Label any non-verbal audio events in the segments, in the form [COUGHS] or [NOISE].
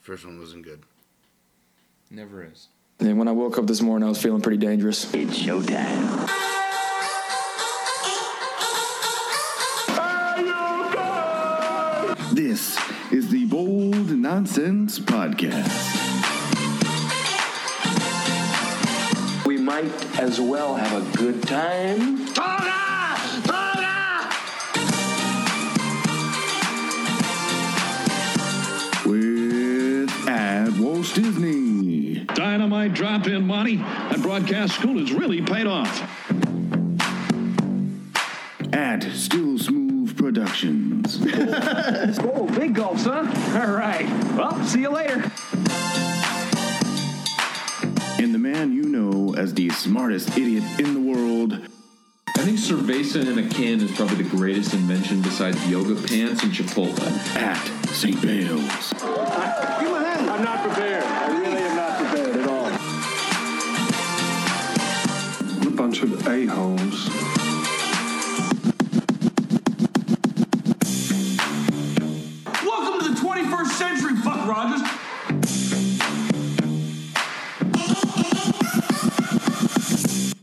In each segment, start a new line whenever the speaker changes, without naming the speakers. First one wasn't good.
Never is.
And when I woke up this morning, I was feeling pretty dangerous.
It's showtime.
This is the Bold Nonsense Podcast.
We might as well have a good time.
With at Walt Disney.
Dynamite drop in money at broadcast school has really paid off.
At Still Smooth Productions.
Oh, big gulps, huh? All right. Well, see you later.
and the man you know as the smartest idiot in the world.
I think cerveza in a can is probably the greatest invention besides yoga pants and Chipotle.
At St. Bale's.
I'm not prepared. I really am not prepared at all.
a bunch of a-holes.
Welcome to the 21st century, Buck Rogers.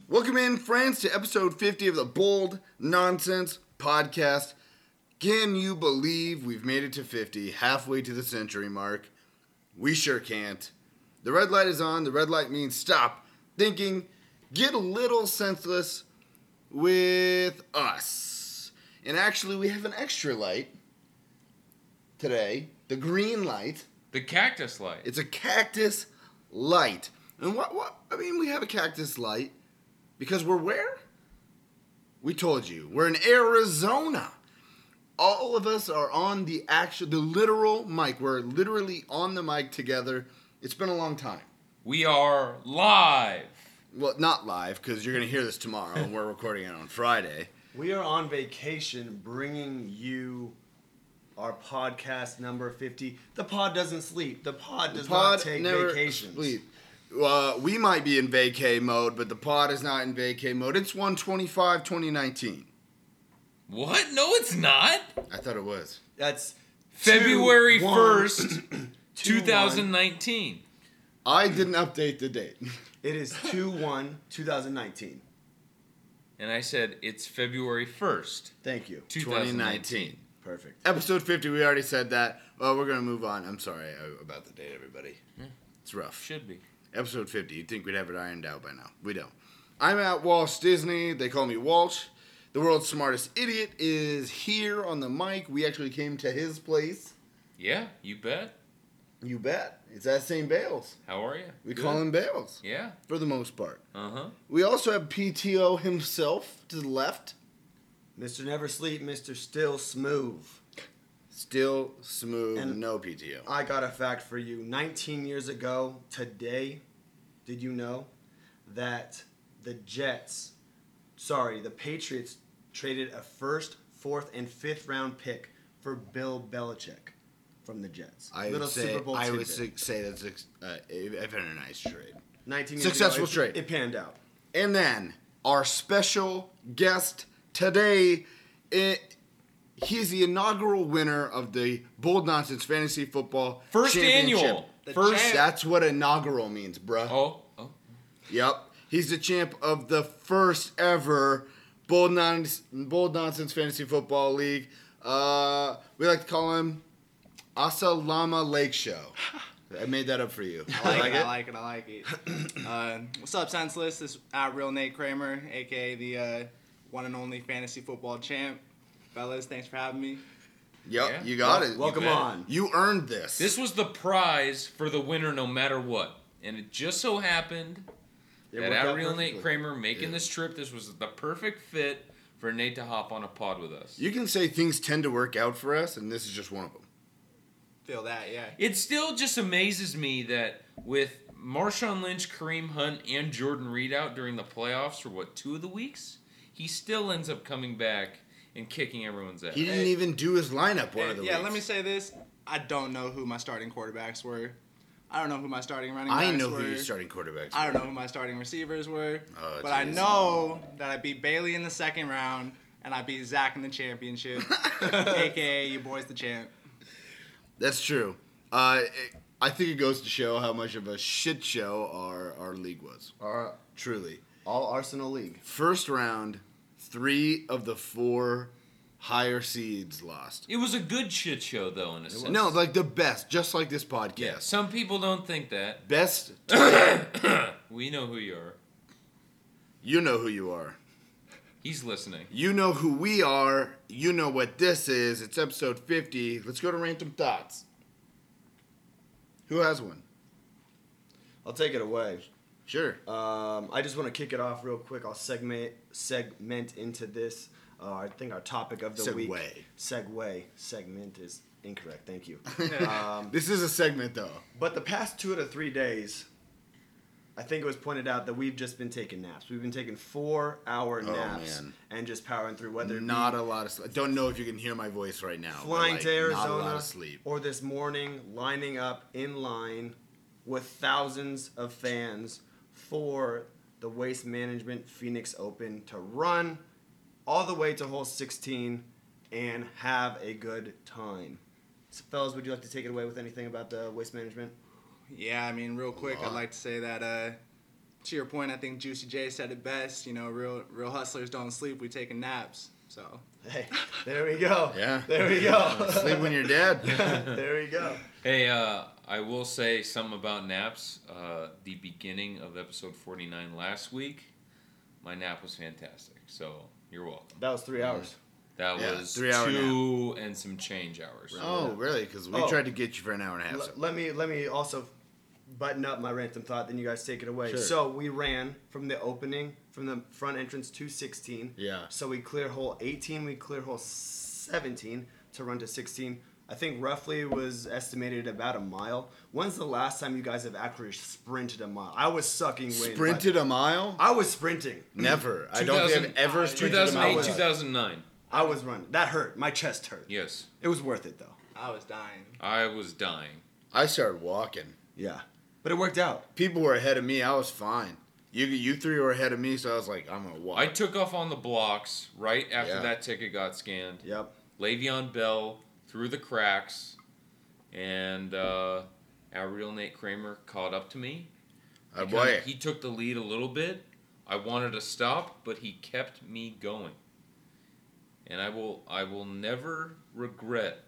Welcome in, friends, to episode 50 of the Bold Nonsense Podcast. Can you believe we've made it to 50, halfway to the century mark? We sure can't. The red light is on. The red light means stop thinking, get a little senseless with us. And actually, we have an extra light today the green light.
The cactus light.
It's a cactus light. And what, what, I mean, we have a cactus light because we're where? We told you. We're in Arizona. All of us are on the actual, the literal mic. We're literally on the mic together. It's been a long time.
We are live.
Well, not live because you're going to hear this tomorrow and we're recording it on Friday.
We are on vacation bringing you our podcast number 50. The pod doesn't sleep. The pod [LAUGHS] does not take vacations.
sleep. Uh, we might be in vacay mode, but the pod is not in vacay mode. It's 125 2019.
What? No, it's not.
I thought it was.
That's
February
[CLEARS THROAT] two, one,
1st,
two, one.
2019.
I didn't update the date. [LAUGHS]
It is 2 1 2019.
And I said, it's February 1st,
Thank you.
2019.
Perfect.
Episode 50, we already said that. Well, we're going to move on. I'm sorry uh, about the date, everybody. It's rough.
Should be.
Episode 50, you'd think we'd have it ironed out by now. We don't. I'm at Walsh Disney. They call me Walsh. The world's smartest idiot is here on the mic. We actually came to his place.
Yeah, you bet.
You bet. It's at St. Bales.
How are you?
We call him Bales
Yeah.
for the most part.
Uh huh.
We also have PTO himself to the left.
Mr. Never Sleep, Mr. Still Smooth.
Still smooth,
And-
no PTO.
I got a fact for you. 19 years ago today, did you know that the Jets, sorry, the Patriots traded a first, fourth, and fifth round pick for Bill Belichick from the Jets.
I would say I would
tidbit.
su- say that's a- uh, a, a very nice trade.
19 years
successful
ago, it-
trade.
It panned out.
And then our special guest today, it, he's the inaugural winner of the Bold Nonsense Fantasy Football
First
Championship.
annual.
The
First-
champ- That's what inaugural means, bruh.
Oh, oh.
Yep. He's the champ of the first ever Bold, non- Bold Nonsense Fantasy Football League. Uh, we like to call him Asalama Lake Show. I made that up for you.
[LAUGHS] I like it. I like it. I like
[CLEARS THROAT]
it. Uh, what's up, Senseless? This is at Real Nate Kramer, aka the uh, one and only fantasy football champ. Fellas, thanks for having me.
Yep,
Yeah.
you got it.
Welcome
bet.
on.
You earned this.
This was the prize for the winner no matter what. And it just so happened that
worked
at
out
Real Nate
perfectly.
Kramer making this trip, this was the perfect fit for Nate to hop on a pod with us.
You can say things tend to work out for us, and this is just one of them.
Feel that, yeah.
It still just amazes me that with Marshawn Lynch, Kareem Hunt, and Jordan Reed out during the playoffs for what two of the weeks, he still ends up coming back and kicking everyone's ass.
He didn't even do his lineup one of
And,
the
yeah,
weeks.
let me say this. I don't know who my starting quarterbacks were. I don't know who my starting running backs
I know
were.
who your starting quarterbacks.
I don't
were.
know who my starting receivers were.
Oh,
but I
geez.
know that I beat Bailey in the second round, and I beat Zach in
[LAUGHS]
the championship, aka your boy's the champ.
That's true. Uh, it- I think it goes to show how much of a shit show our, our league was.
Our,
Truly.
all Arsenal League.
First round, three of the four higher seeds lost.
It was a good shit show, though, in a sense.
No, like the best, just like this podcast.
yeah. Some people don't think that.
Best,
We know who you are.
you know who you are.
He's listening.
You know who we are. You know what this is. It's episode 50. Let's go to random thoughts. Who has one?
I'll take it away.
Sure.
Um, I just want to kick it off real quick. I'll segment segment into this. Uh, I think our topic of the week.
Segue.
Segway. Segment is incorrect. Thank you. [LAUGHS]
Um, this is a segment, though.
but the past two to three days, I think it was pointed out that we've just been taking naps. We've been taking four hour
Oh,
naps
man.
and just powering through. Whether it be
Not a lot of sleep. I don't know if you can hear my voice right now. but,
flying
like,
to Arizona
Not a lot of sleep.
or this morning lining up in line with thousands of fans for the Waste Management Phoenix Open to run all the way to hole 16 and have a good time. So, fellas, would you like to take it away with anything about the waste management?
Yeah, I mean, real quick, I'd like to say that uh, to your point, I think Juicy J said it best. You know, real real hustlers don't sleep; we taking naps. So
Hey, [LAUGHS] there we go.
Yeah.
There we go. [LAUGHS]
Sleep when you're dead.
there we go.
Hey, uh, I will say something about naps. Uh, the beginning of episode 49 last week, my nap was fantastic. So you're welcome.
That was three hours.
That
Yeah,
was
three-hour
two and some change hours.
oh, really? Because we
Oh.
tried to get you for an hour and a half.
L-
so-
let me let me also button up my random thought. Then you guys take it away.
Sure.
So we ran from the opening from the front entrance to 16.
Yeah.
So we clear hole 18. We clear hole 17 to run to 16. I think roughly was estimated about a mile. When's the last time you guys have actually sprinted a mile? I was sucking wind. but-
Sprinted a mile?
I was sprinting.
Never. I don't think I've
2000
ever sprinted a mile.
2008, 2009.
I was running. That hurt. My chest hurt.
Yes.
It was worth it though.
I was dying.
I was dying.
I started walking.
Yeah. But it worked out.
People were ahead of me. I was fine. You you three were ahead of me, so I was like, I'm gonna walk.
I took off on the blocks right after
Yeah.
that ticket got scanned.
Yep.
Le'Veon Bell through the cracks, and uh, our real Nate Kramer caught up to me.
Oh,
He
boy.
kinda- He took the lead a little bit. I wanted to stop, but he kept me going. And I will I will never regret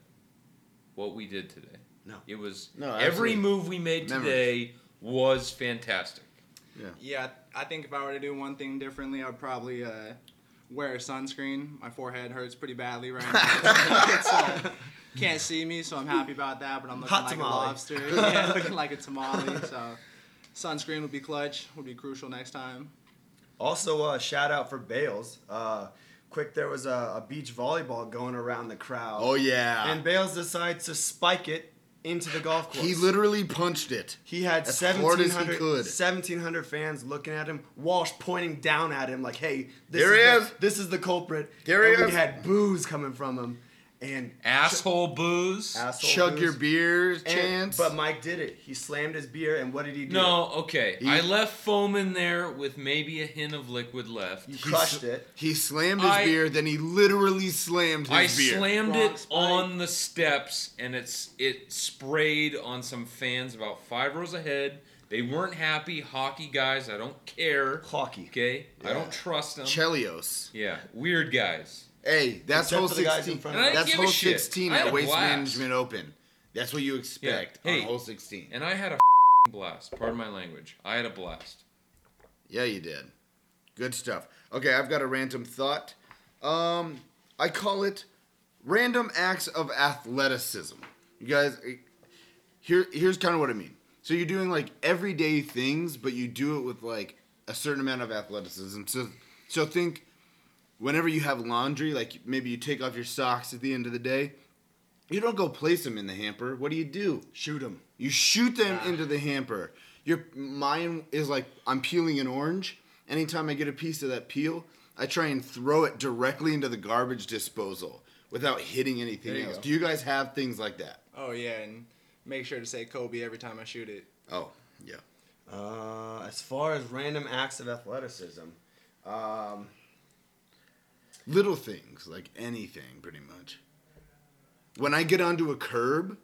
what we did today.
No.
It was
No, absolutely.
every move we made
Memories.
today was fantastic.
Yeah, I think if I were to do one thing differently, I'd probably uh, wear sunscreen. My forehead hurts pretty badly right now. It's, uh, can't see me, so I'm happy about that. But I'm looking
Hot
like
tamale.
a lobster. yeah, looking like a tamale. So sunscreen would be clutch. Would be crucial next time.
Also, uh, shout out for Bales. Uh, quick, there was a, a beach volleyball going around the crowd.
oh yeah.
And Bales decides to spike it into the golf course.
he literally punched it.
He had
as hard as he
1,700
could.
1,700 fans looking at him. Walsh pointing down at him like, "Hey, this
Here he
is.
is.
The, this is the culprit."
Here he
and
is.
We had boos coming from him, and
Asshole booze.
asshole
Chug
boos.
your beers,
And-
chance.
But Mike did it. He slammed his beer, and what did he do?
No, okay.
He-
I left foam in there with maybe a hint of liquid left.
you
He
crushed
sl-
it.
He slammed his
I-
beer, then he literally slammed his
I
beer.
slammed
Wrong
it
spike.
on the steps, and it's it sprayed on some fans about five rows ahead. They weren't happy. Hockey guys, I don't care.
Hockey.
Okay, I
Yeah.
don't trust them.
Chelios.
yeah, weird guys.
Hey, that's
Except
whole
for the guys in
16.
front
of us. And I
That's
didn't give
whole
a shit.
16
I had
at
a
Waste
blast.
Management Open. That's what you expect
Yeah.
on
Hey.
whole 16.
And I had a [LAUGHS] blast. Pardon my language. I had a blast.
Yeah, you did. Good stuff. Okay, I've got a random thought. Um, I call it random acts of athleticism. You guys, eh, here here's kind of what I mean. So you're doing like everyday things, but you do it with like a certain amount of athleticism. So so think whenever you have laundry, like maybe you take off your socks at the end of the day, you don't go place them in the hamper. What do you do?
Shoot him.
You shoot them into the hamper. Your mine is like I'm peeling an orange. Anytime I get a piece of that peel, I try and throw it directly into the garbage disposal without hitting anything else. Do you guys have things like that?
Oh yeah, and make sure to say Kobe every time I shoot it.
Oh, yeah.
Uh, as far as random acts of athleticism, um,
Little things, like anything pretty much. When I get onto a curb,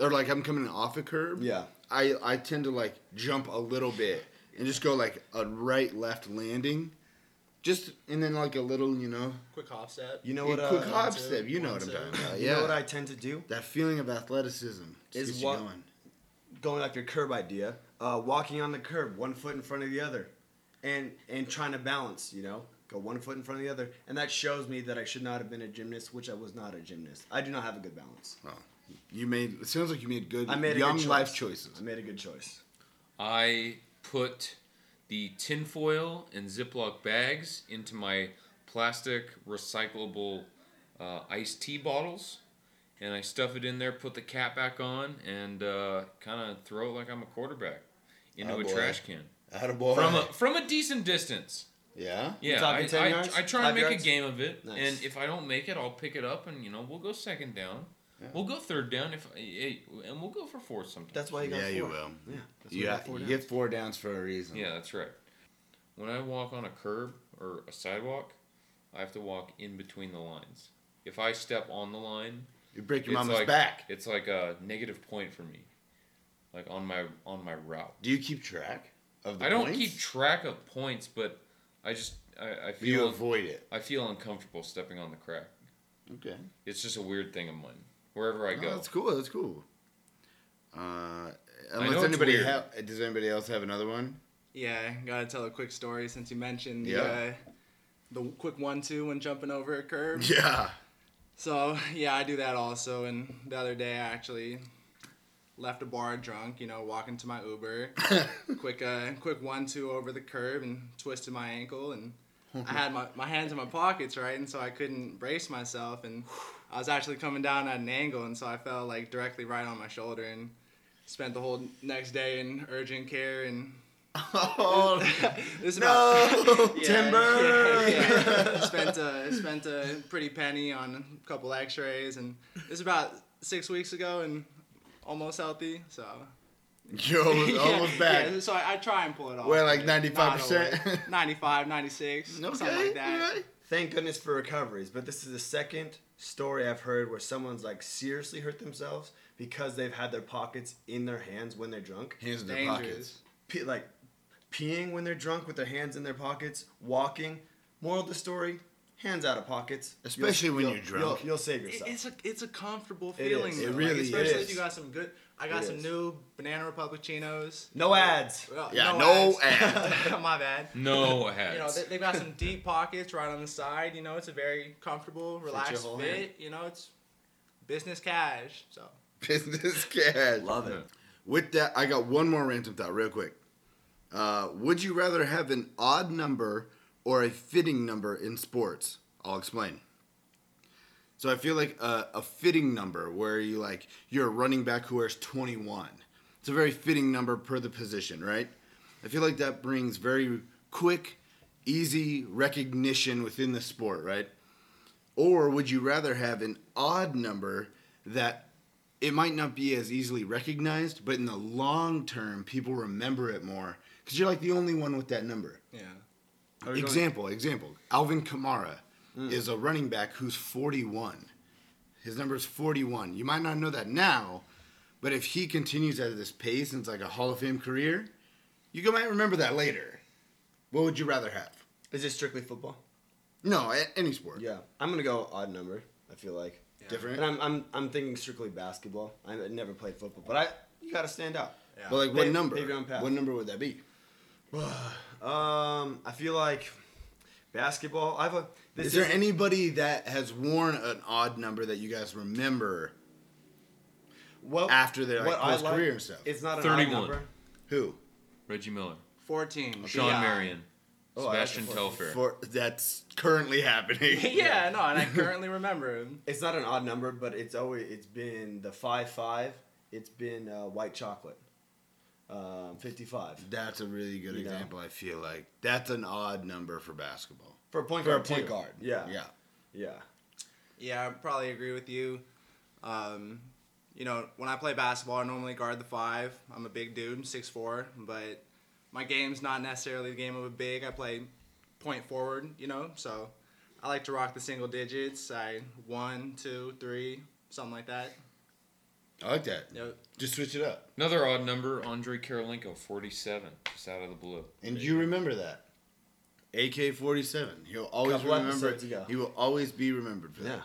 or like I'm coming off a curb,
Yeah.
I I tend to like jump a little bit and just go like a right left landing, just and then like a little you know
Quick offset.
You know
Yeah,
what? Uh,
quick hop step. You
one
know what I'm
two.
talking about.
you
uh, Yeah,
know what I tend to do?
that feeling of athleticism just
Is
gets you
what-
going.
Going off your curb idea, uh, walking on the curb, one foot in front of the other, and and trying to balance. You know, go one foot in front of the other, and that shows me that I should not have been a gymnast, which I was not a gymnast. I do not have a good balance.
Oh, you made. It sounds like you made good.
I made a
young
good choice.
life choices.
I made a good choice.
I put the tinfoil and Ziploc bags into my plastic recyclable uh, iced tea bottles, and I stuff it in there, put the cap back on, and uh, kind of throw it like I'm a quarterback
Oh,
into a
Attaboy.
trash can
Attaboy.
from a from a decent distance.
yeah.
Yeah,
talking
I,
10
I,
yards?
I try
Five
and make
yards?
a game of it,
Nice.
and if I don't make it, I'll pick it up, and you know we'll go second down, we'll go third down if eh, eh, and we'll go for fourth sometimes.
That's why you got
Yeah,
four.
you will.
Yeah, that's
You,
why
ha-
got four
you
downs.
get four downs for a reason.
Yeah, that's right. When I walk on a curb or a sidewalk, I have to walk in between the lines. If I step on the line,
You break your
it's
mama's
like,
back.
It's like a negative point for me, like on my on my route.
Do you keep track of the
I don't
points?
keep track of points, but I just I, I
You
feel
avoid it.
I feel uncomfortable stepping on the crack.
Okay.
It's just a weird thing of mine. Wherever I
No,
go,
that's cool. That's cool. Uh,
know
unless
it's
anybody
weird.
ha- does anybody else have another one?
Yeah, gotta tell a quick story since you mentioned
Yeah.
the, uh, the quick one-two when jumping over a curb.
Yeah.
So [LAUGHS] yeah, I do that also. And the other day, I actually left a bar drunk. You know, walking to my Uber, quick, uh, quick one-two over the curb and twisted my ankle. And I had my, my hands in my pockets, right? And so I couldn't brace myself. And I was actually coming down at an angle, and so I fell like directly right on my shoulder and spent the whole next day in urgent care and. [LAUGHS]
Oh,
This is
no.
yeah,
Timber. [LAUGHS]
yeah, yeah. spent a spent a pretty penny on a couple X-rays, and this was about six weeks ago, and almost healthy. So
You're almost,
[LAUGHS] Yeah,
almost back.
Yeah, so I, I try and pull it off.
We're like
but
95%?
not [LAUGHS] always. 95, 96,
okay.
something like that.
alright.
Thank goodness for recoveries, but this is the second story I've heard where someone's like seriously hurt themselves because they've had their pockets in their hands when they're drunk.
Hands in their pockets.
Dangerous.
Pe- like peeing when they're drunk with their hands in their pockets, walking. Moral of the story: hands out of pockets.
Especially when you're drunk.
You'll, you'll save
It-
yourself.
It's a it's a comfortable
It
feeling.
is.
though,
It
like,
really
especially
is.
if you got some good. I got
It
some
is.
new banana republic chinos.
no ads.
Well,
Yeah, no
[LAUGHS] My bad.
no hats.
[LAUGHS] You know, they, they've got some deep pockets right on the side. You know, it's a very comfortable, relaxed
whole
fit.
hand.
You know, it's business cash. So
[LAUGHS] Business cash.
Love it.
With that, I got one more random thought, real quick. Uh, would you rather have an odd number or a fitting number in sports? I'll explain. So I feel like a, a fitting number, where you like you're a running back who wears 21. It's a very fitting number per the position, right? I feel like that brings very quick, easy recognition within the sport, right? Or would you rather have an odd number that it might not be as easily recognized, but in the long term, people remember it more because you're like the only one with that number.
yeah,
Example, example. Alvin Kamara is a running back who's 41. His number is 41. You might not know that now, but if he continues at this pace and it's like a Hall of Fame career, you might remember that later. What would you rather have?
Is it strictly football?
No, a- any sport.
Yeah, I'm gonna go odd number. I feel like
Different?
And I'm I'm, I'm thinking strictly basketball. I never played football, but I you gotta stand out.
But like, what
Pave-
number?
pave your own path.
What number would that be?
Um, I feel like basketball. I've a. This
Is there anybody that has worn an odd number that you guys remember?
well,
after their, like,
what I
post-career and stuff?
It's not an
31.
odd number.
Who?
Reggie Miller,
fourteen.
Sean
yeah.
Marion,
Oh, I like
Sebastian
the
Telfair.
For that's currently
[LAUGHS]
happening.
[LAUGHS] yeah, no, and I currently remember him.
It's not an odd number, but it's always it's been the five five. It's been uh, white chocolate. Um, fifty five
That's a really good
You know.
example. I feel like that's an odd number for basketball.
for a point
For a
guard.
point
too.
guard.
Yeah.
Yeah.
Yeah.
Yeah, I probably agree with you. Um, you know, when I play basketball, I normally guard the five. I'm a big dude, six four, but my game's not necessarily the game of a big. I play point forward, you know, so I like to rock the single digits. I one, two, three, something like that.
I like that.
Yep.
Just switch it up.
Another odd number, Andre Karolinko, 47, just out of the blue.
And you remember that. AK 47. He'll always
Couple
remember.
episodes ago.
He will always be remembered for
Yeah.
that.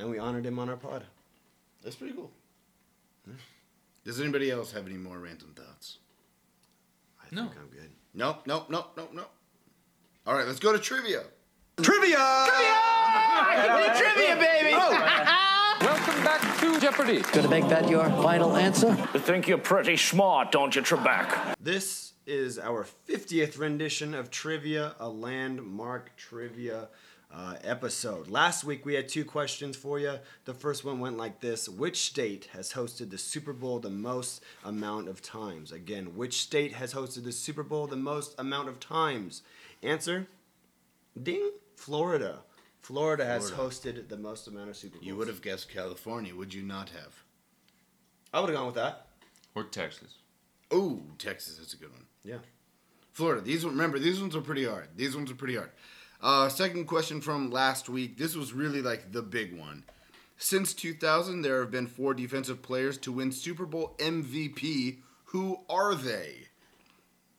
And we honored him on our pod.
That's pretty cool. Does anybody else have any more random thoughts?
I
No.
think I'm good.
Nope, nope, nope, nope, nope. All right, let's go to trivia.
Welcome back to Jeopardy.
Gonna make that your final answer?
You think you're pretty smart, don't you, Trebek?
This is our 50th rendition of Trivia, a landmark trivia uh, episode. Last week we had two questions for you. The first one went like this Which state has hosted the Super Bowl the most amount of times? Again, which state has hosted the Super Bowl the most amount of times? Answer Ding, Florida. Florida has hosted the most amount of Super Bowls.
You would have guessed California, would you not have?
I would have gone with that.
Or Texas.
Oh, Texas, that's a good one.
Yeah.
Florida. These one- remember these ones are pretty hard. These ones are pretty hard. Uh, second question from last week. This was really like the big one. Since 2000, there have been four defensive players to win Super Bowl MVP. Who are they?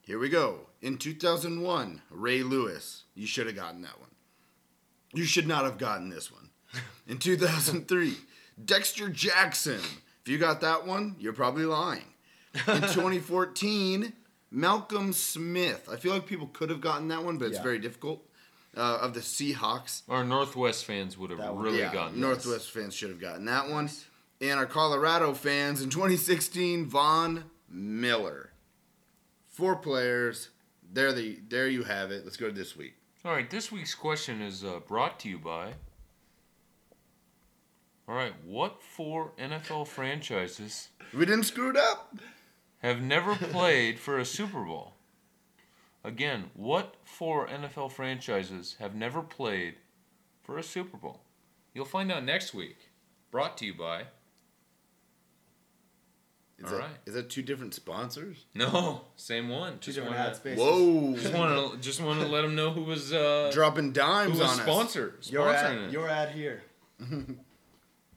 Here we go. In 2001, Ray Lewis. You should have gotten that one. You should not have gotten this one. In 2003, Dexter Jackson. If you got that one, you're probably lying.
[LAUGHS]
In 2014, Malcolm Smith. I feel like people could have gotten that one, but it's very difficult. Uh, of the Seahawks.
Our Northwest fans would have really
Yeah,
gotten this.
Northwest fans should have gotten that one. And our Colorado fans in 2016, Von Miller. Four players. There the there you have it. Let's go to this week.
All right, this week's question is uh, brought to you by. All right, what four NFL franchises
We didn't screw it up.
have never played for a Super Bowl? Again, what four NFL franchises have never played for a Super Bowl? You'll find out next week. Brought to you by.
Is
All
that,
right.
is that two different sponsors?
No, same one. Just
different
wanna-
ad spaces.
Whoa.
Just want to just want to let them know who was uh,
Dropping
who
dimes
was
on us.
sponsor sponsoring
Your ad,
it.
your ad here.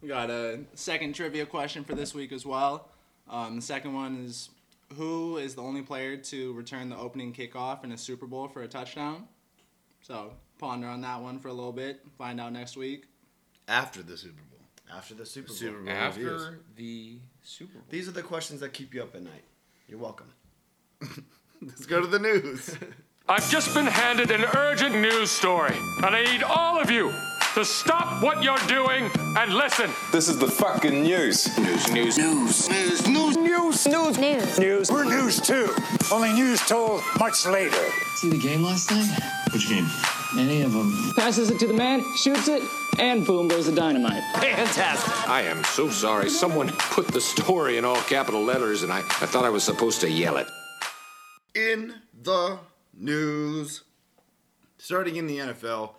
We got a second trivia question for this week as well. Um, the second one is Who is the only player to return the opening kickoff in a Super Bowl for a touchdown? So ponder on that one for a little bit. Find out next week.
After the Super Bowl.
After the Super Bowl.
Super Bowl reviews.
after the Super Bowl.
These are the questions that keep you up at night. You're welcome.
Let's go to the news.
I've just been handed an urgent news story, and I need all of you to stop what you're doing and listen.
This is the fucking news. News, news, news, news, news, news, news, news, news. We're news too. Only news told much later. See the game last night? Which game? Any of them. Passes it to the man, shoots it, and boom goes the dynamite. Fantastic. I am so sorry. Someone put the story in all capital letters, and I, I thought I was supposed to yell it.
in the news. Starting in the NFL,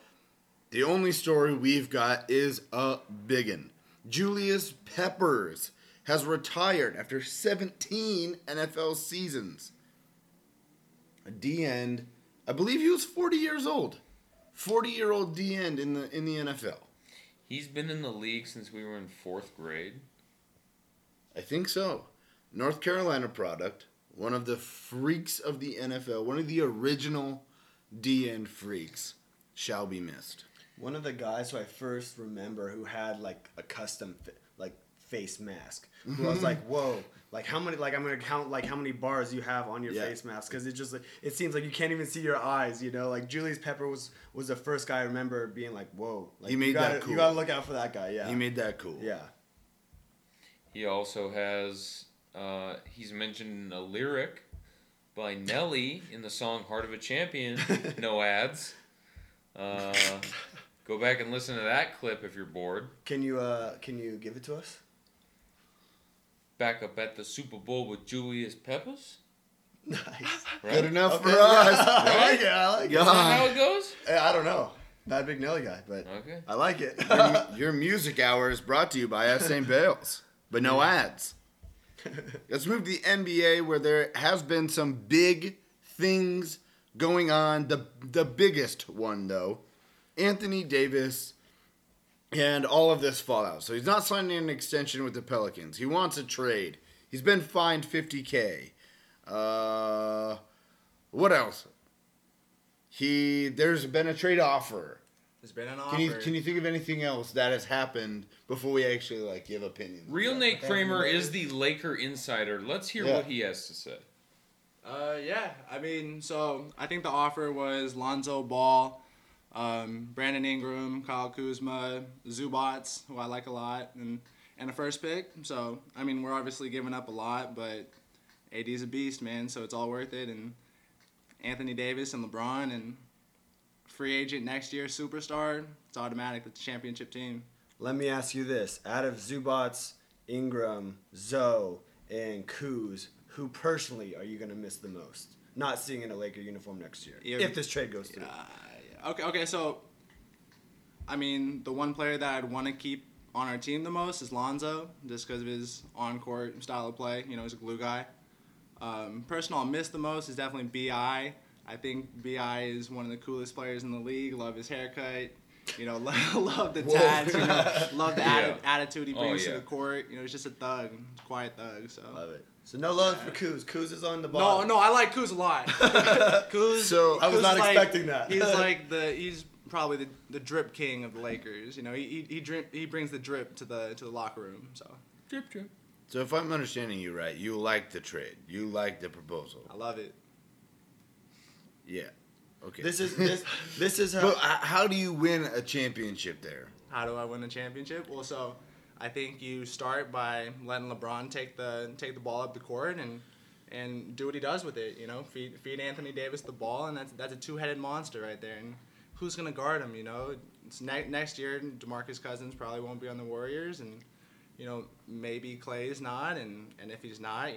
the only story we've got is a biggin. Julius Peppers has retired after 17 NFL seasons. A D end, I believe he was 40 years old. 40 year old D end in the in the NFL.
He's been in the league since we were in fourth grade.
I think so. North Carolina product, one of the freaks of the NFL, one of the original DN freaks, shall be missed.
One of the guys who I first remember who had like a custom fa- like face mask. Who I
[LAUGHS]
was like, whoa. Like how many? Like I'm gonna count like how many bars you have on your
Yeah.
face mask because it just like it seems like you can't even see your eyes. You know, like Julius Pepper was was the first guy I remember being like, whoa. Like,
He made
you gotta,
that cool.
You gotta look out for that guy. Yeah.
He made that cool.
Yeah.
He also has uh, he's mentioned in a lyric by Nelly in the song "Heart of a [LAUGHS] Champion." no ads. Uh, go back and listen to that clip if you're bored.
Can you uh can you give it to us?
Back up at the Super Bowl with Julius Peppers.
Nice.
Good enough for us.
[LAUGHS] I like it. I like
Is that
God.
how it [LAUGHS] goes?
it. I don't know. Not a big Nelly guy, but
Okay.
I like it.
Your- Your music hour is brought to you by F. St. Bales, but no ads. Let's move to the NBA where there has been some big things going on. The the biggest one though, Anthony Davis and all of this fallout. So he's not signing an extension with the Pelicans. He wants a trade. He's been fined 50k. Uh, what else? He there's been a trade offer.
There's been an
Can you
offer.
can you think of anything else that has happened before we actually like give opinions?
Real Nate Kramer is the Laker insider. Let's hear
Yeah.
what he has to say.
Uh, yeah, I mean, so I think the offer was Lonzo Ball, um, Brandon Ingram, Kyle Kuzma, Zubats, who I like a lot, and and a first pick. So I mean, we're obviously giving up a lot, but AD's a beast, man. So it's all worth it. And Anthony Davis and LeBron and free agent next year, superstar. It's automatic. It's a championship team.
Let me ask you this: out of Zubats, Ingram, Zoe, and Kuz, who personally are you gonna miss the most? Not seeing in a Laker uniform next year,
Yeah.
if this trade goes through.
Okay, okay, so I mean, the one player that I'd want to keep on our team the most is Lonzo, just because of his on-court style of play. You know, he's a glue guy. Um, person I'll miss the most is definitely Bi. I think Bi is one of the coolest players in the league. Love his haircut. You know, [LAUGHS] love, love the
Whoa.
tats. You know, love
[LAUGHS]
the
Yeah.
atti- attitude he
Oh,
brings
yeah.
to the court. You know, he's just a thug, quiet thug. So love
it. So no love for Kuz. Kuz is on the
No,
ball.
no, I like Kuz
[LAUGHS]
a lot. Kuz.
So- I was
Kuz
not
is like-
expecting that. [LAUGHS]
He's like the he's probably the, the drip king of the Lakers. You know, he he he, drip, he brings the drip to the to the locker room. So drip drip.
So if I'm understanding you right, you like the trade. You like the proposal. I
love it.
Yeah. Okay.
This is- this- this
[LAUGHS]
is how-
But, uh, how do you win a championship there?
How do I win a championship? Well, so I think you start by letting LeBron take the take the ball up the court and and do what he does with it. You know, feed feed Anthony Davis the ball, and that's that's a two headed monster right there. And who's gonna guard him? You know, it's ne- next year Demarcus Cousins probably won't be on the Warriors, and you know maybe Clay's not, and and if he's not,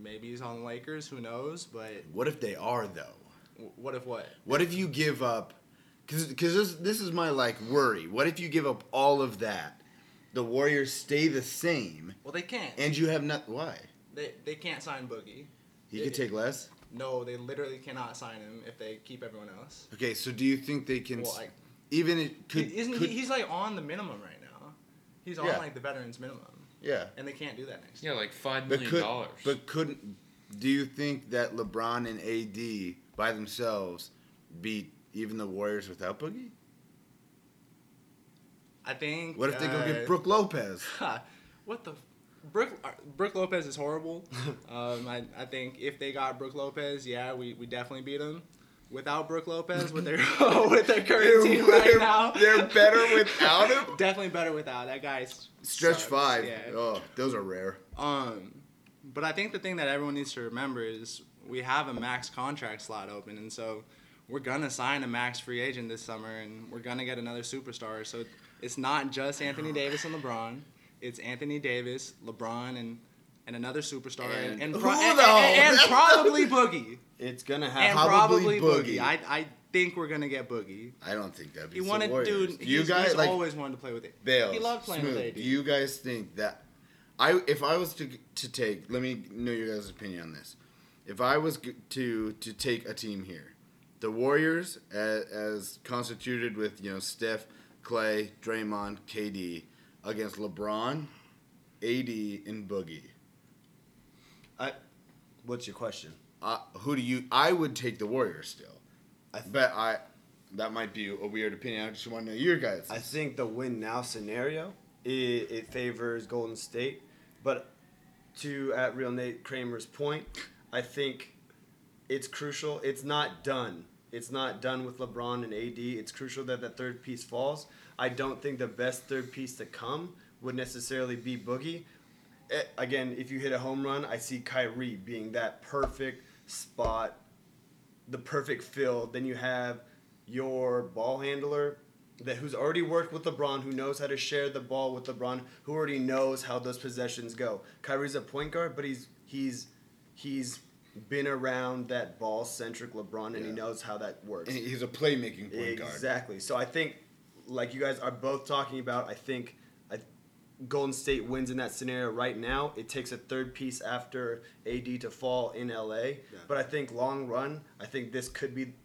maybe he's on the Lakers. Who knows? But
What if they are though?
w- what if what?
What if you give up? Because this this is my like worry. What if you give up all of that? The Warriors stay the same,
Well, they can't.
and you have not. Why?
They they can't sign Boogie.
He could take less.
No, they literally cannot sign him if they keep everyone else.
Okay, so do you think they can?
Well,
s-
I-
even it could.
He- Isn't
could-
he, he's like on the minimum right now? He's on
Yeah.
like the veterans minimum.
Yeah.
And they can't do that next.
Yeah, like five
But
million
could-
dollars.
But couldn't? Do you think that LeBron and AD by themselves beat even the Warriors without Boogie?
I think.
What if they go
uh,
get Brooke
[LAUGHS]
Lopez?
what the. f- Brooke, uh, Brooke Lopez
[LAUGHS]
is horrible. um, I, I think if they got Brooke Lopez, yeah, we, we definitely beat them. Without Brooke Lopez, with their [LAUGHS] with their current team right
They're-
now,
they're better without him?
Definitely better without that guy's
Stretch
sucks,
five.
yeah.
Oh, those are rare.
Um, but I think the thing that everyone needs to remember is we have a max contract slot open, and so we're gonna sign a max free agent this summer, and we're gonna get another superstar. So it's not just Anthony
Oh.
Davis and LeBron; it's Anthony Davis, LeBron, and and another superstar, and
And-
and,
Who
pro- and,
the hell?
and- and
[LAUGHS]
probably Boogie,
It's gonna
Uh,
and
happen.
probably Boogie. I I think we're gonna get Boogie.
I don't think that'd be.
He
the
wanted,
Warriors.
dude.
Do you
he's-
guys
he's
like
always wanted to play with it.
Bales,
He loved playing
Smooth,
with AD.
Do you guys think that I, if I was to to take, let me know your guys' opinion on this. If I was g- to to take a team here, the Warriors, as, as constituted with you know Steph, Clay, Draymond, KD, against LeBron, AD, and Boogie.
I, what's your question?
Uh, who do you? I would take the Warriors still, but I. That might be a weird opinion. I just want to know your guys.
I think the win now scenario it, it favors Golden State, but to at real Nate Kramer's point, I think it's crucial. It's not done. It's not done with LeBron and AD. It's crucial that that third piece falls. I don't think the best third piece to come would necessarily be Boogie. Eh, Again, if you hit a home run, I see Kyrie being that perfect spot the perfect fill. Then you have your ball handler that who's already worked with LeBron, who knows how to share the ball with LeBron, who already knows how those possessions go. Kyrie's a point guard, but he's he's he's been around that ball centric LeBron and he knows how that works.
And he's a playmaking point guard.
Exactly. So I think like you guys are both talking about, I think I Golden State wins in that scenario right now. It takes a third piece after AD to fall in LA. But I think long run, I think this could be. [SIGHS] [LAUGHS]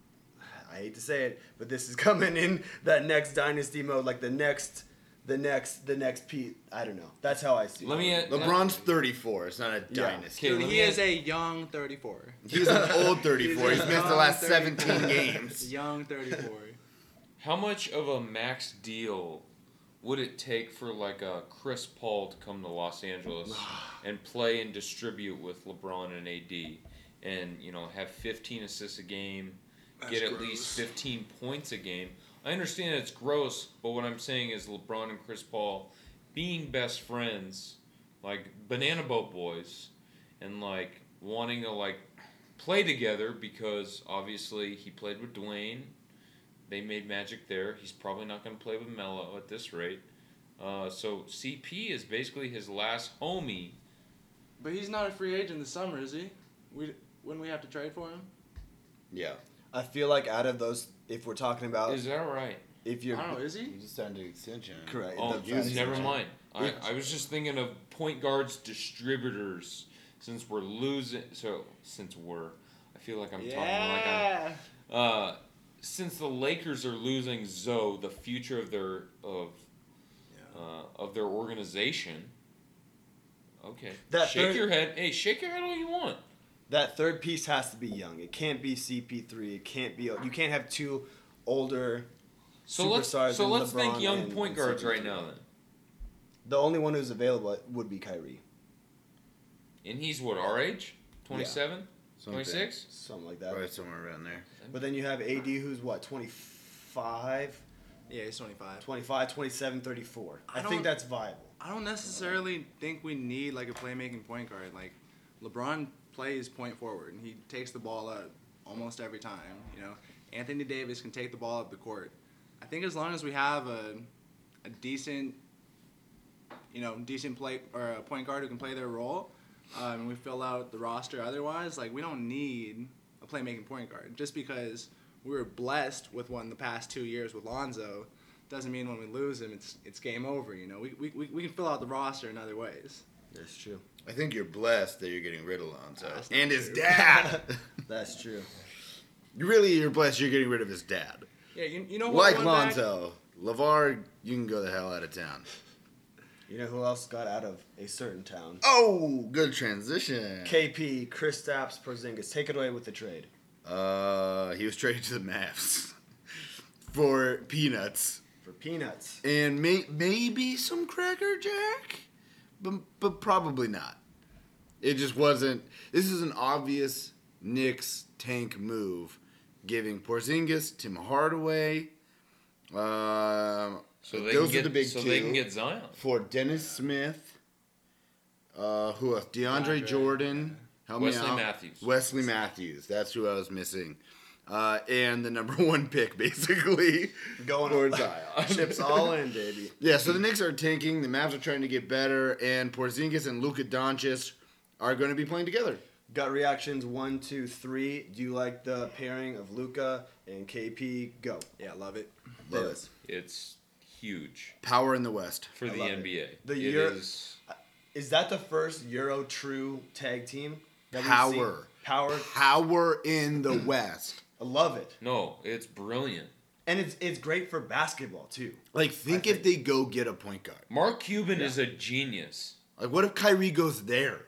I hate to say it, but this is coming in that next dynasty mode, like the next, the next the next Pete. I don't know. That's how I see.
Let
it.
me, uh,
LeBron's 34. It's not a
Yeah.
dynasty.
Dude, he is a young 34.
He's an old 34. He's
a
missed the
young
last
34.
17 [LAUGHS] games.
Young 34.
How much of a max deal would it take for like a Chris Paul to come to Los
[SIGHS]
Angeles and play and distribute with LeBron and AD, and you know have 15 assists a game,
That's
get at
gross.
least 15 points a game? I understand it's gross, but what I'm saying is LeBron and Chris Paul being best friends, like banana boat boys, and like wanting to like play together because obviously he played with Dwayne they made magic there. He's probably not going to play with Melo at this rate. Uh, so CP is basically his last homie.
But he's not a free agent this summer, is he? We wouldn't we have to trade for him?
Yeah.
I feel like out of those, if we're talking about,
Is that right?
if you're
I don't know. Is he?
He just signed an extension.
correct,
Oh,
the-
never mind. I, I was just thinking of point guards distributors since we're losing. So since we're, I feel like I'm talking like I'm
Yeah.
Uh, since the Lakers are losing Zoe, the future of their of uh, of their organization. Okay.
That
shake
third-
your head. Hey, shake your head all you want.
that third piece has to be young. It can't be CP3. It can't be. You can't have two older.
So let's
superstars
so
in
let's
LeBron
think young
and-
point
and
guards
CP3.
right now then.
The only one who's available would be Kyrie.
And he's what our age? 27? 26?
Something like that.
Right somewhere around there.
But then you have AD who's what, 25,
Yeah, he's 25.
25, 27, 34. I,
I
think
don't-
that's viable.
I don't necessarily think we need like a playmaking point guard. Like LeBron plays point forward and he takes the ball up almost every time, you know. Anthony Davis can take the ball up the court. I think as long as we have a a decent you know, decent play or a point guard who can play their role, um, and we fill out the roster otherwise, like we don't need a playmaking point guard. Just because we were blessed with one the past two years with Lonzo doesn't mean when we lose him it's it's game over, you know. We we, we, we can fill out the roster in other ways.
That's true.
I think you're blessed that you're getting rid of Lonzo
That's not
and his
true.
dad.
[LAUGHS]
That's true.
you really, you're blessed you're getting rid of his dad.
Yeah, you, you know who I
Like
want back?
Lonzo, Lavar, you can go the hell out of town.
You know who else got out of a certain town?
Oh, good transition.
KP, Chris Stapps, Porzingis. Take it away with the trade.
Uh, he was traded to the Mavs [LAUGHS] for peanuts
[LAUGHS]
For peanuts.
and may- maybe some Cracker Jack, but but probably not. It just wasn't. This is an obvious Knicks tank move, giving Porzingis, Tim Hardaway. Um,
So they
those
can get
are the big
so
two
they can get Zion.
for Dennis Smith. Uh, who else? DeAndre
DeAndre,
Jordan. Help
Wesley
me out.
Matthews.
Wesley Matthews. That's who I was missing. Uh, and the number [LAUGHS] one pick, basically.
Going
for
all-
Zion.
Chips all in, baby.
Yeah, so the Knicks are tanking. The Mavs are trying to get better, and Porzingis and Luka Doncic are going to be playing together.
Gut reactions one, two, three. Do you like the pairing of Luca and KP? Go.
Yeah, love it.
Love
Yes.
It's huge
Power in the West.
for the
love it.
NBA.
The
It
Euro-
is-
Is that the first Euro True tag team? that we've seen?
Power.
Power.
Power in the West.
I love it.
no, it's brilliant.
And it's it's great for basketball too.
Like, think if they go get a point guard.
Mark Cuban is a genius.
Like, what if Kyrie goes there?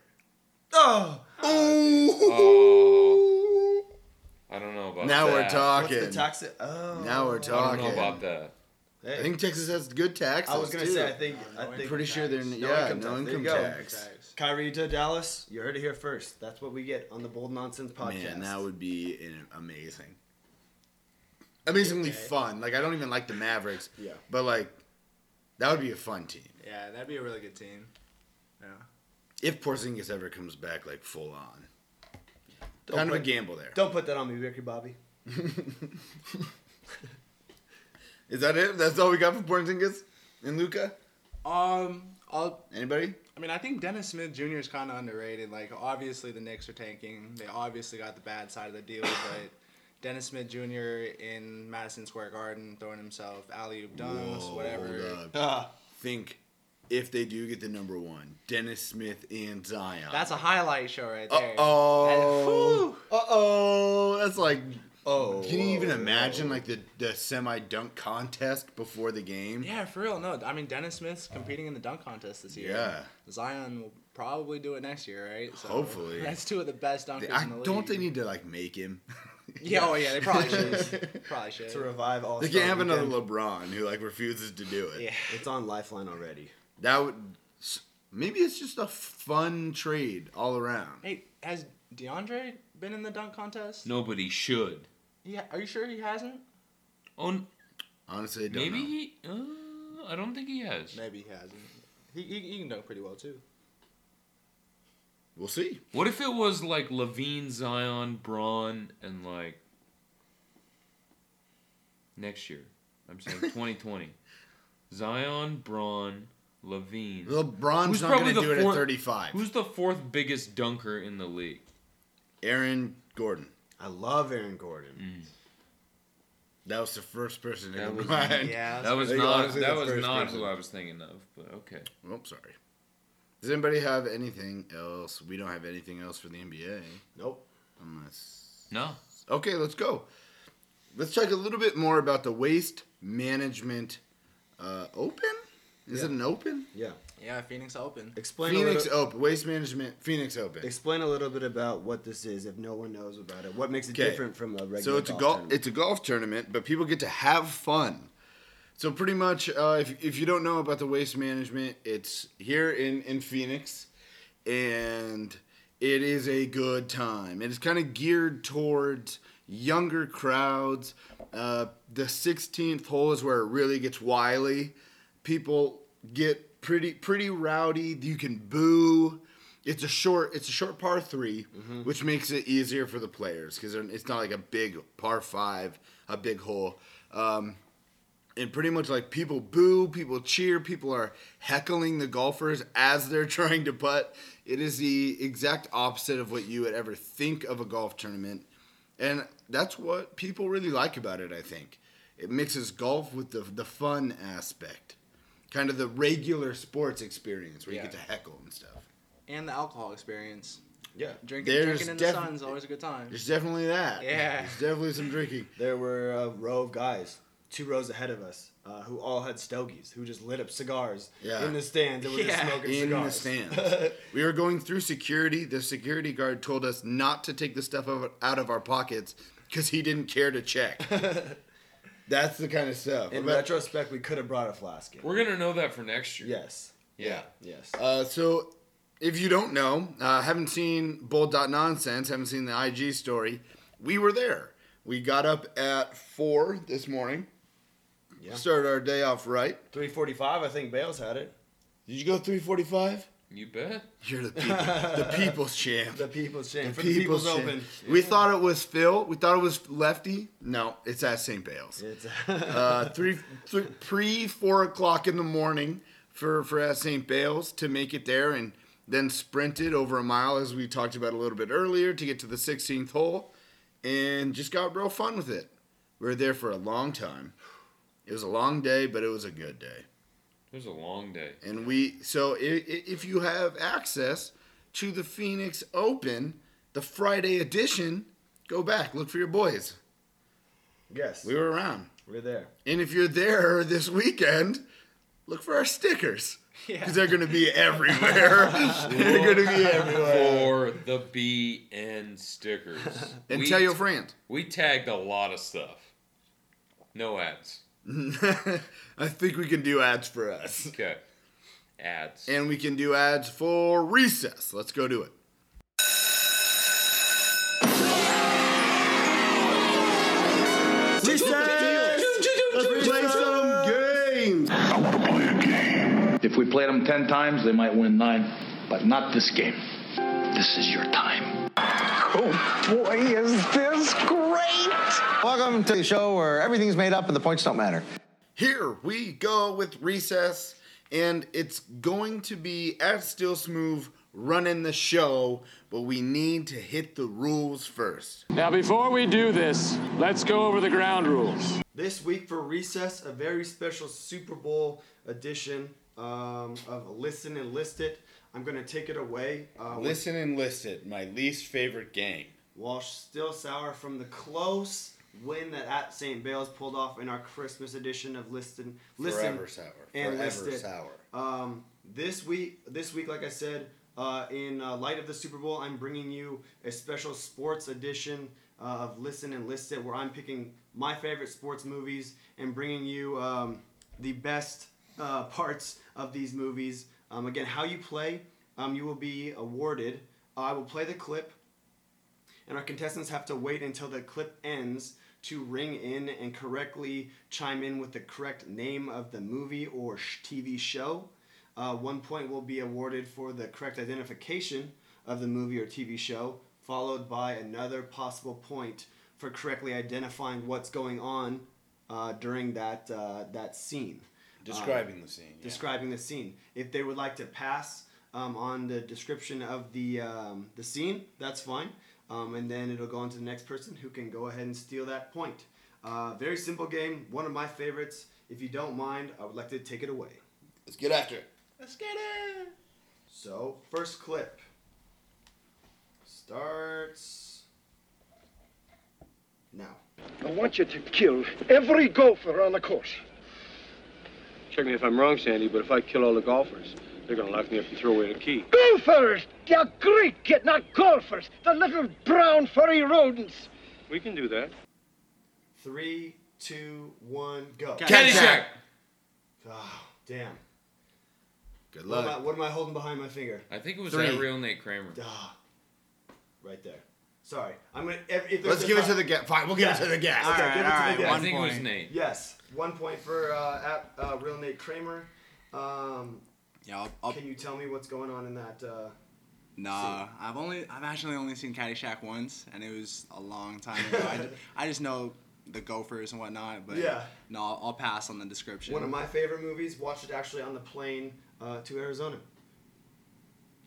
Oh,
Oh, I don't know about
now
that.
we're
what's
talking.
the taxi? Oh,
Now we're
I don't
talking.
know about that.
Hey,
I think Texas has good taxes.
I was gonna
too.
say I think I
No
think
Pretty sure they're
No
yeah,
income
no
tax. There
income
you go.
tax.
Kyrie to Dallas. You heard it here first. That's what we get on the Bold Nonsense podcast.
Man, that would be an amazing, amazingly fun. Like I don't even like the Mavericks.
Yeah.
But like, that would be a fun team
Yeah, that'd be a really good team. Yeah.
if Porzingis ever comes back like full on.
Don't
kind of a
put-
gamble there.
Don't put that on me, Ricky Bobby.
Is that it? That's all we got for Porzingis and Luca.
Um, I'll
Anybody?
I mean, I think Dennis Smith Jr. is kind of underrated. Like, obviously, the Knicks are tanking. They obviously got the bad side of the
[COUGHS]
deal, but Dennis Smith Jr. in Madison Square Garden throwing himself alley oop dunks,
Whoa,
whatever.
hold up. Think if they do get the number one, Dennis Smith and Zion.
That's a highlight show right
Uh
there.
oh. Uh oh. That's like
Oh.
Can you even imagine like the, the semi dunk contest before the game?
Yeah, for real. No, I mean Dennis Smith's competing in the dunk contest this year.
Yeah.
Zion will probably do it next year, right? So
Hopefully.
That's two of the best dunkers
They- I
in the league.
don't they need to like make him?
Yeah, oh yeah,
[LAUGHS]
they probably should. probably should.
To revive all
They can't have another LeBron who like refuses to do it.
Yeah.
It's on Lifeline already.
That would s- maybe it's just a fun trade all around.
Hey, has DeAndre been in the dunk contest?
Nobody should.
Yeah, are you sure he hasn't?
On
Honestly, I don't
maybe
know.
he. Uh, I don't think he has.
Maybe he hasn't. He, he, he can dunk pretty well too.
We'll see.
What if it was like Levine, Zion, Braun, and like next year? I'm
[LAUGHS]
saying 2020. Zion, Braun, Levine.
LeBron's not
probably
gonna
the
do it at 35.
Who's the fourth biggest dunker in the league?
Aaron Gordon.
I love Aaron Gordon.
That was the first person to
That
come to
was,
mind. [LAUGHS]
that was
I think
not
honestly
that
the
was
first
not
person.
who I was thinking of. But okay,
Oh, sorry. Does anybody have anything else? We don't have anything else for the NBA.
Nope.
Unless.
no.
Okay, let's go. Let's talk a little bit more about the Waste Management uh, Open? Is it an open?
Yeah.
Yeah, Phoenix Open.
Explain a
Phoenix
little,
Open. Waste Management Phoenix Open.
Explain a little bit about what this is if no one knows about it. What makes it
Okay.
different from a regular
So it's a
golf
golf
tournament?
it's a golf tournament, but people get to have fun. So pretty much, uh, if if you don't know about the waste management, it's here in in Phoenix, and it is a good time. It is kind of geared towards younger crowds. Uh, the 16th hole is where it really gets wily. People get pretty pretty rowdy. You can boo. It's a short it's a short par 3 which makes it easier for the players because it's not like a big par five, a big hole. Um, and pretty much like people boo, people cheer, people are heckling the golfers as they're [LAUGHS] trying to putt. It is the exact opposite of what you would ever think of a golf tournament. And that's what people really like about it, I think. It mixes golf with the, the fun aspect, kind of the regular sports experience where you get to
Yeah.
heckle and stuff.
And the alcohol experience.
Yeah.
Drinking,
There's
drinking in the
defi-
sun is always a good time.
There's definitely that.
Yeah.
There's definitely some
[LAUGHS]
drinking.
There were a row of guys, two rows ahead of us, uh, who all had stogies, who just lit up cigars
Yeah.
in the stands and were just
Yeah.
smoking
in the
cigars. [LAUGHS]
stands. we were going through security. The security guard told us not to take the stuff out out of our pockets because he didn't care to
[LAUGHS]
check. That's the kind of stuff.
In
But-
retrospect, we could have brought a flask in.
We're gonna know that for next year.
Yes.
Yeah.
Yes.
Uh, so, if you don't know, uh, haven't seen Bold.Nonsense, haven't seen the IG story, we were there. We got up at 4 this morning,
Yeah.
started our day off right.
345, I think Bales had it.
Did you go 345?
You bet.
You're the, people, the
[LAUGHS]
people's champ.
The People's Champ.
The
for the People's,
Champ.
Open.
[LAUGHS] We thought it was Phil. We thought it was Lefty. No, it's at St. Bale's.
It's [LAUGHS]
Uh, three, three, pre four o'clock in the morning for for at St. Bale's to make it there, and then sprinted over a mile as we talked about a little bit earlier to get to the 16th hole, and just got real fun with it. We were there for a long time. It was a long day, but it was a good day.
It was a long day.
And we so i- i- if you have access to the Phoenix Open, the Friday edition, go back look for your boys.
yes.
We were around,
We're there.
and if you're there this weekend, look for our stickers
Yeah.
because they're going to be everywhere. they're going to be everywhere.
For the
[LAUGHS]
BN stickers.
And
We
tell your friends.
We tagged a lot of stuff. No ads.
I think we can do ads for us,
Okay. Ads.
and we can do ads for recess. Let's go do it. Let's play some games.
If we played them 10 times, they might win nine, but not this game. This is your time.
Boy, is this great! Welcome to the show where everything's made up and the points don't matter.
Here we go with recess, and it's going to be at Still Smooth running the show, but we need to hit the rules first.
Now, before we do this, let's go over the ground rules.
This week for recess, a very special Super Bowl edition um, of Listen and List It. I'm gonna take it away. Uh, with
Listen and list it, my least favorite game.
Walsh still sour from the close. when that at St. Bale's pulled off in our Christmas edition of Listen, Listen,
Forever Sour.
and
Forever
Listed.
Sour.
Um, this week, this week, like I said, uh, in uh, light of the Super Bowl, I'm bringing you a special sports edition uh, of Listen and List It, where I'm picking my favorite sports movies and bringing you um, the best uh, parts of these movies. Um, again, how you play, um, you will be awarded. I will play the clip and our contestants have to wait until the clip ends to ring in and correctly chime in with the correct name of the movie or sh- TV show. Uh, one point will be awarded for the correct identification of the movie or TV show, followed by another possible point for correctly identifying what's going on uh, during that uh, that scene.
Describing
Um,
the scene, yeah.
Describing the scene. If they would like to pass um, on the description of the um, the scene, that's fine. Um, and then it'll go on to the next person who can go ahead and steal that point. Uh, very simple game. One of my favorites. If you don't mind, I would like to take it away.
Let's get after it.
Let's get it. So first clip starts now.
I want you to kill every golfer on the course.
Check me if I'm wrong, Sandy, but if I kill all the golfers, they're gonna lock me up and throw away the key.
Golfers! They're great kid, not golfers. The little brown furry rodents.
We can do that.
Three, two, one, go.
Caddyshack.
Oh, damn.
Good
What am,
luck.
I, what am I holding behind my finger?
I think it was
Three.
that real Nate Kramer.
Ah, right there. Sorry, I'm gonna. If,
Let's
if there's a
give it
tie-
to the gu- fine, we'll give it to the guest.
Okay,
Alright,
give it to the
alright,
guest.
one I think it was point. Nate.
Yes, one point for uh, at, uh, real Nate Kramer. Um,
Yeah, I'll, I'll
can you tell me what's going on in that? Uh,
Nah, I've only I've actually only seen Caddyshack once, and it was a long time ago. I, ju- I just know the Gophers and whatnot, but
Yeah.
no, I'll, I'll pass on the description.
One of my favorite movies. Watched it actually on the plane uh, to Arizona.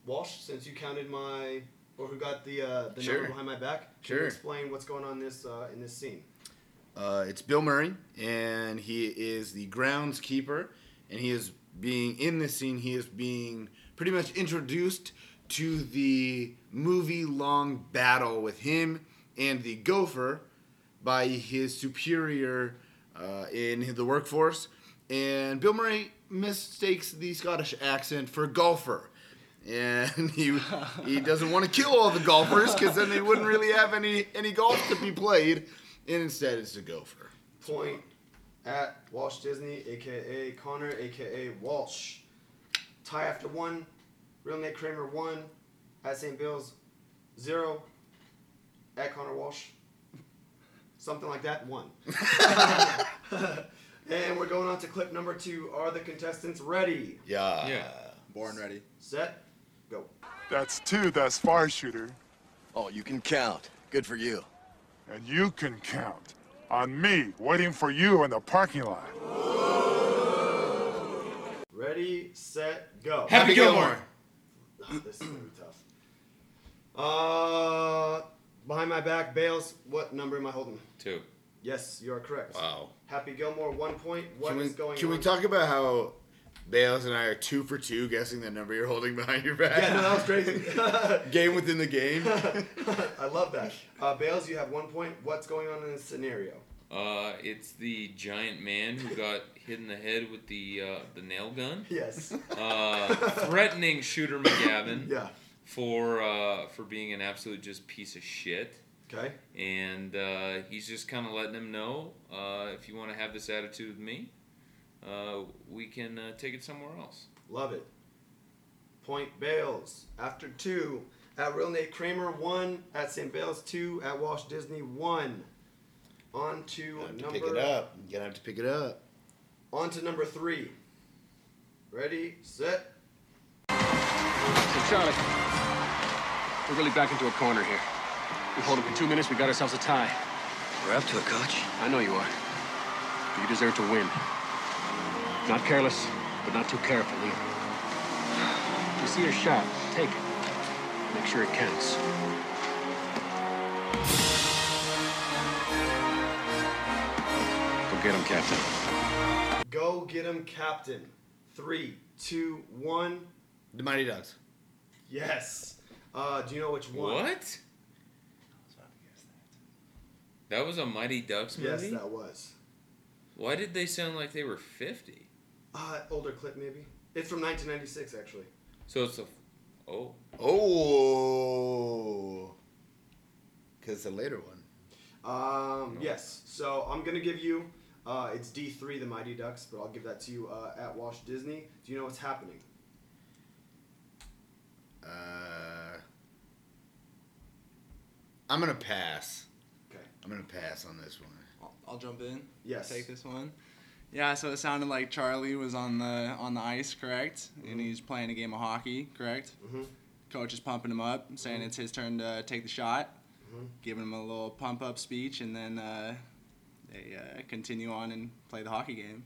Walsh, since you counted my or who got the uh, the
Sure.
number behind my back, can
Sure.
you explain what's going on this uh, in this scene?
Uh, it's Bill Murray, and he is the groundskeeper, and he is being in this scene. He is being pretty much introduced to the movie-long battle with him and the Gopher by his superior uh, in the workforce. And Bill Murray mistakes the Scottish accent for golfer. And
[LAUGHS]
he, he doesn't want to kill all the golfers because then they wouldn't really have any, any golf to be played. And instead, it's a gopher.
Point at Walsh Disney, aka Connor, aka Walsh. Tie after one. Real Nate Kramer one. At St. Bill's zero. At Connor Walsh. Something like that one. and we're going on to clip number two. Are the contestants ready?
Yeah.
Yeah. Born ready.
Set. Go.
That's two thus far, shooter. Oh, you can count. Good for you. And you can count on me waiting for you in the parking lot.
Ready, set, go.
Happy Gilmore.
Ah, this is gonna be tough. [CLEARS THROAT] Uh, behind my back, Bales. What number am I holding?
Two.
Yes, you are correct.
Wow.
Happy Gilmore, one point. What is
can we,
going
can we
on?
talk about how Bales and I are two for two guessing the number you're holding behind your back?
Yeah, [LAUGHS] no, that
[LAUGHS]
was crazy. [LAUGHS]
game within the game.
I love that. Uh, Bales, you have one point. What's going on in this
[LAUGHS]
scenario?
Uh, it's the giant man who got [LAUGHS] hit in the head with the uh, the nail gun.
Yes.
Uh, threatening
[COUGHS]
Shooter McGavin.
Yeah.
For uh, for being an absolute just piece of shit.
Okay.
And uh, he's just kind of letting him know uh, if you want to have this attitude with me, uh, we can uh, take it somewhere else.
Love it. Point Bales after two. At Real Nate Kramer, one. At St. Bales, two. At Walsh Disney, one. On to
to
number.
pick it up. You're gonna have to pick it up.
On to number three. Ready, set.
So, Charlie, we're really back into a corner here. We hold it for two minutes, we got ourselves a tie. We're up to it, Coach. I know you are. But you deserve to win. Not careless, but not too careful either. If you see your shot, take it. Make sure it counts. Go get him, Captain.
Go get him, Captain. Three, two, one.
The Mighty Ducks.
Yes. Uh, do you know which one?
What? That was a Mighty Ducks movie.
Yes, that was.
Why did they sound like they were fifty?
Uh, older clip maybe. It's from 1996 actually.
So it's a oh
Oh. Because the later one.
Um,
No.
Yes. So I'm gonna give you. Uh, it's D3, the Mighty Ducks, but I'll give that to you uh, at Wash Disney. Do you know what's happening?
Uh, I'm gonna pass.
Okay.
I'm gonna pass on this one.
I'll jump in.
Yes.
Take this one. Yeah, so it sounded like Charlie was on the on the ice, correct? And he's playing a game of hockey, correct?
Mm-hmm.
Coach is pumping him up, saying it's his turn to take the shot,
Mhm.
giving him a little pump up speech, and then uh, they uh, continue on and play the hockey game.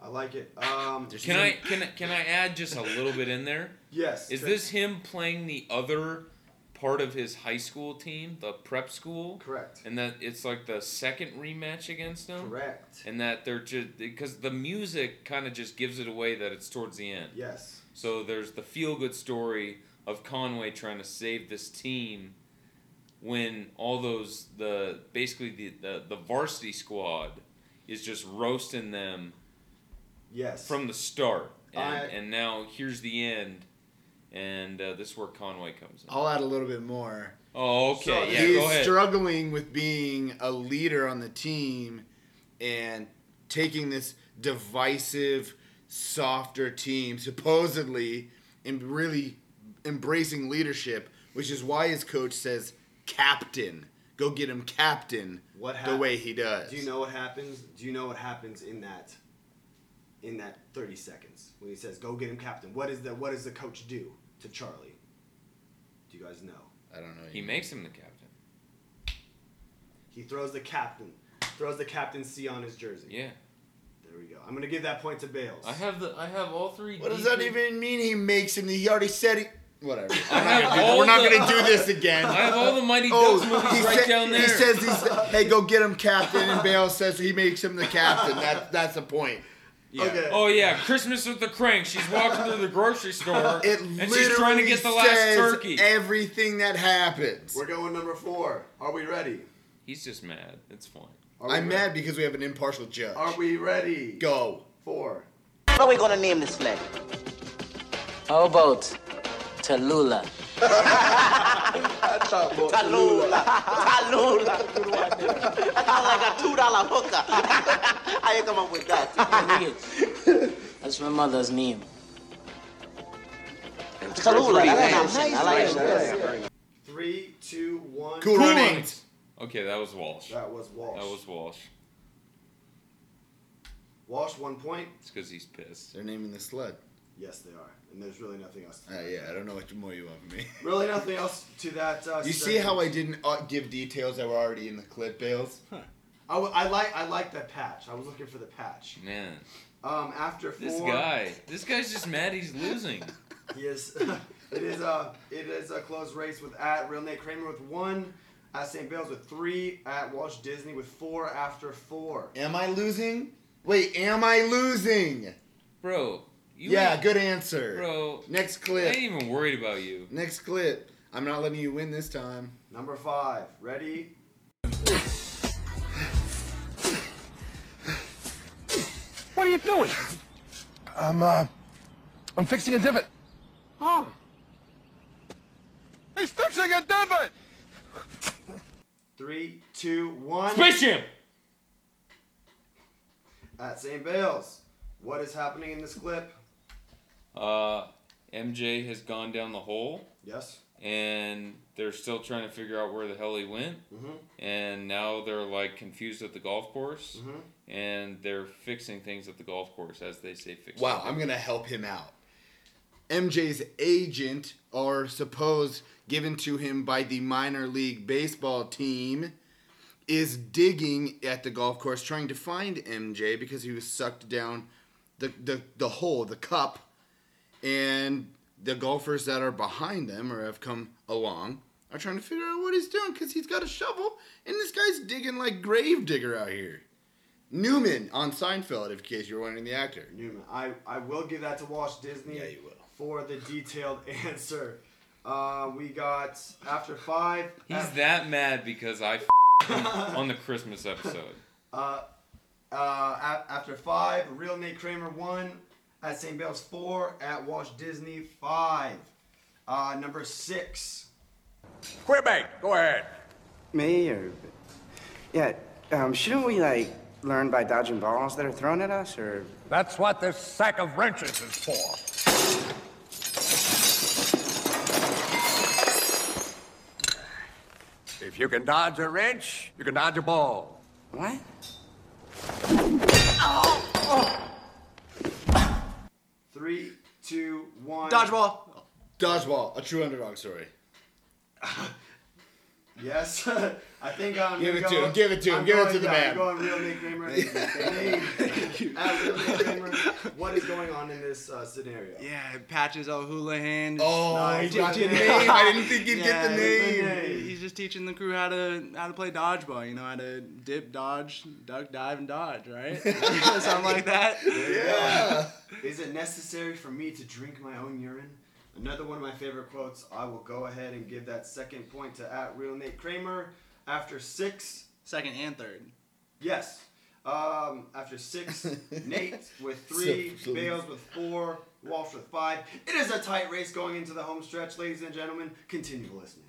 I like it. Um,
Can I can I- can I add just a little bit in
[LAUGHS]
there?
Yes,
Is
sure.
this him playing the other part of his high school team, the prep school?
Correct.
And that it's like the second rematch against him.
Correct.
And that they're just because the music kind of just gives it away that it's towards the end.
Yes.
So there's the feel good story of Conway trying to save this team when all those the basically the the, the varsity squad is just roasting them
Yes.
from the start and,
I-
and now here's the end and uh, this is where conway comes in
I'll add a little bit more.
oh okay
Oh, So
yeah
he's
go ahead
struggling with being a leader on the team and taking this divisive, softer team, supposedly, and really embracing leadership, which is why his coach says, Captain. Go get him, Captain.
What
The
hap-
way he does.
Do you know what happens? Do you know what happens in that in that 30 seconds when he says, "Go get him, captain." What is the what does the coach do to Charlie? Do you guys know?
I don't know.
he makes him the captain
He throws the captain, throws the captain C on his jersey.
Yeah.
There we go. I'm gonna give that point to Bales.
i have the i have all three
What does that even mean he makes him? He already said he. Whatever.
I
I'm not
have
gonna do-
all
we're not
the-
going to do this again. [LAUGHS]
I have all the Mighty Ducks movies
Oh, he
right down
He
there.
says, he's the,
[LAUGHS]
hey, go get him, Captain. And Bale says he makes him the captain. That, that's the point.
yeah. oh yeah christmas with the crank she's walking through the grocery store
[LAUGHS] It
and she's trying to
literally
get the last
says
turkey
everything that happens.
We're going number four. Are we ready?
he's just mad it's fine
Are we
I'm mad because we have an impartial judge.
Are we ready?
Go.
Four.
What are we gonna name this flag? How about Tallulah? Tallulah. Tallulah. Sound like a two dollar hooker. [LAUGHS] How you come up with that? That's my mother's name. Tallulah. That's nice. I like it.
Three, two, one.
Cool runnings.
okay that was walsh
That was Walsh.
that was walsh
Walsh, one point.
it's because he's pissed
They're naming the sled.
Yes, they are, and there's really nothing else. To
Uh, yeah, I don't know what more you want from me. [LAUGHS]
Really, nothing else to that. Uh,
You see how I didn't uh, give details that were already in the clip,
[LAUGHS]
Bales?
I, w- I like I like that patch. I was looking for the patch.
man
Um, after four.
this guy this guy's just mad he's losing
He is. [LAUGHS] it is a it is a close race with at real Nate Kramer with one, at St. Bales with three, at Walsh Disney with four after four.
Am I losing? Wait, am I losing?
Bro, you
yeah,
ain't-
good answer.
Bro,
Next
I
clip.
ain't even worried about you.
Next clip. I'm not letting you win this time.
Number five. Ready?
What are you doing? I'm uh, I'm fixing a divot. Oh. He's fixing a divot.
Three, two, one.
Space Jam.
At St. Bales, what is happening in this clip?
Uh, MJ has gone down the hole.
Yes.
And they're still trying to figure out where the hell he went.
Mhm.
And now they're like confused at the golf course.
Mhm.
And they're fixing things at the golf course, as they say, fix.
Wow, I'm
things.
gonna help him out. MJ's agent, or supposed given to him by the minor league baseball team, is digging at the golf course trying to find MJ because he was sucked down the, the, the hole, the cup, and the golfers that are behind them or have come along are trying to figure out what he's doing because he's got a shovel and this guy's digging like gravedigger out here. Newman on Seinfeld, in case you were wondering the actor.
Newman. I, I will give that to Walsh Disney for the detailed [LAUGHS] answer. Uh, we got after five.
He's that mad because I f- on the Christmas episode.
Uh, uh, a- after five, real Nate Kramer one. At St. Bell's four. At Walt Disney five. Uh, number six.
Quebec, go ahead.
Me or. Yeah, um, shouldn't we, like, learn by dodging balls that are thrown at us, or.
That's what this sack of wrenches is for. If you can dodge a wrench, you can dodge a ball.
What?
Three, two, one.
Dodgeball. Dodgeball, a true underdog story.
Yes. [LAUGHS] I think I'm.
Give
gonna
it to
go-
him, give it to him,
I'm
give it
going-
to the
yeah,
man.
I'm going real Nate Kramer. Nate, at real Nate Kramer. What is going on in this uh, scenario?
Yeah, Patches O'Houlihan.
Oh,
He's
he got
teaching-
the name. I didn't think he'd get the
he's-
name.
He's just teaching the crew how to how to play dodgeball. You know how to dip, dodge, duck, dive, and
[LAUGHS]
dodge. Right? [LAUGHS] Something like that.
Yeah. Is it necessary for me to drink my own urine? Another one of my favorite quotes. I will go ahead and give that second point to at real Nate Kramer after six.
Second and third.
Yes. Um, after
[LAUGHS]
six, Nate with three,
So- so-
Bales with four, Walsh with five. It is a tight race going into the home stretch, ladies and gentlemen. Continue listening.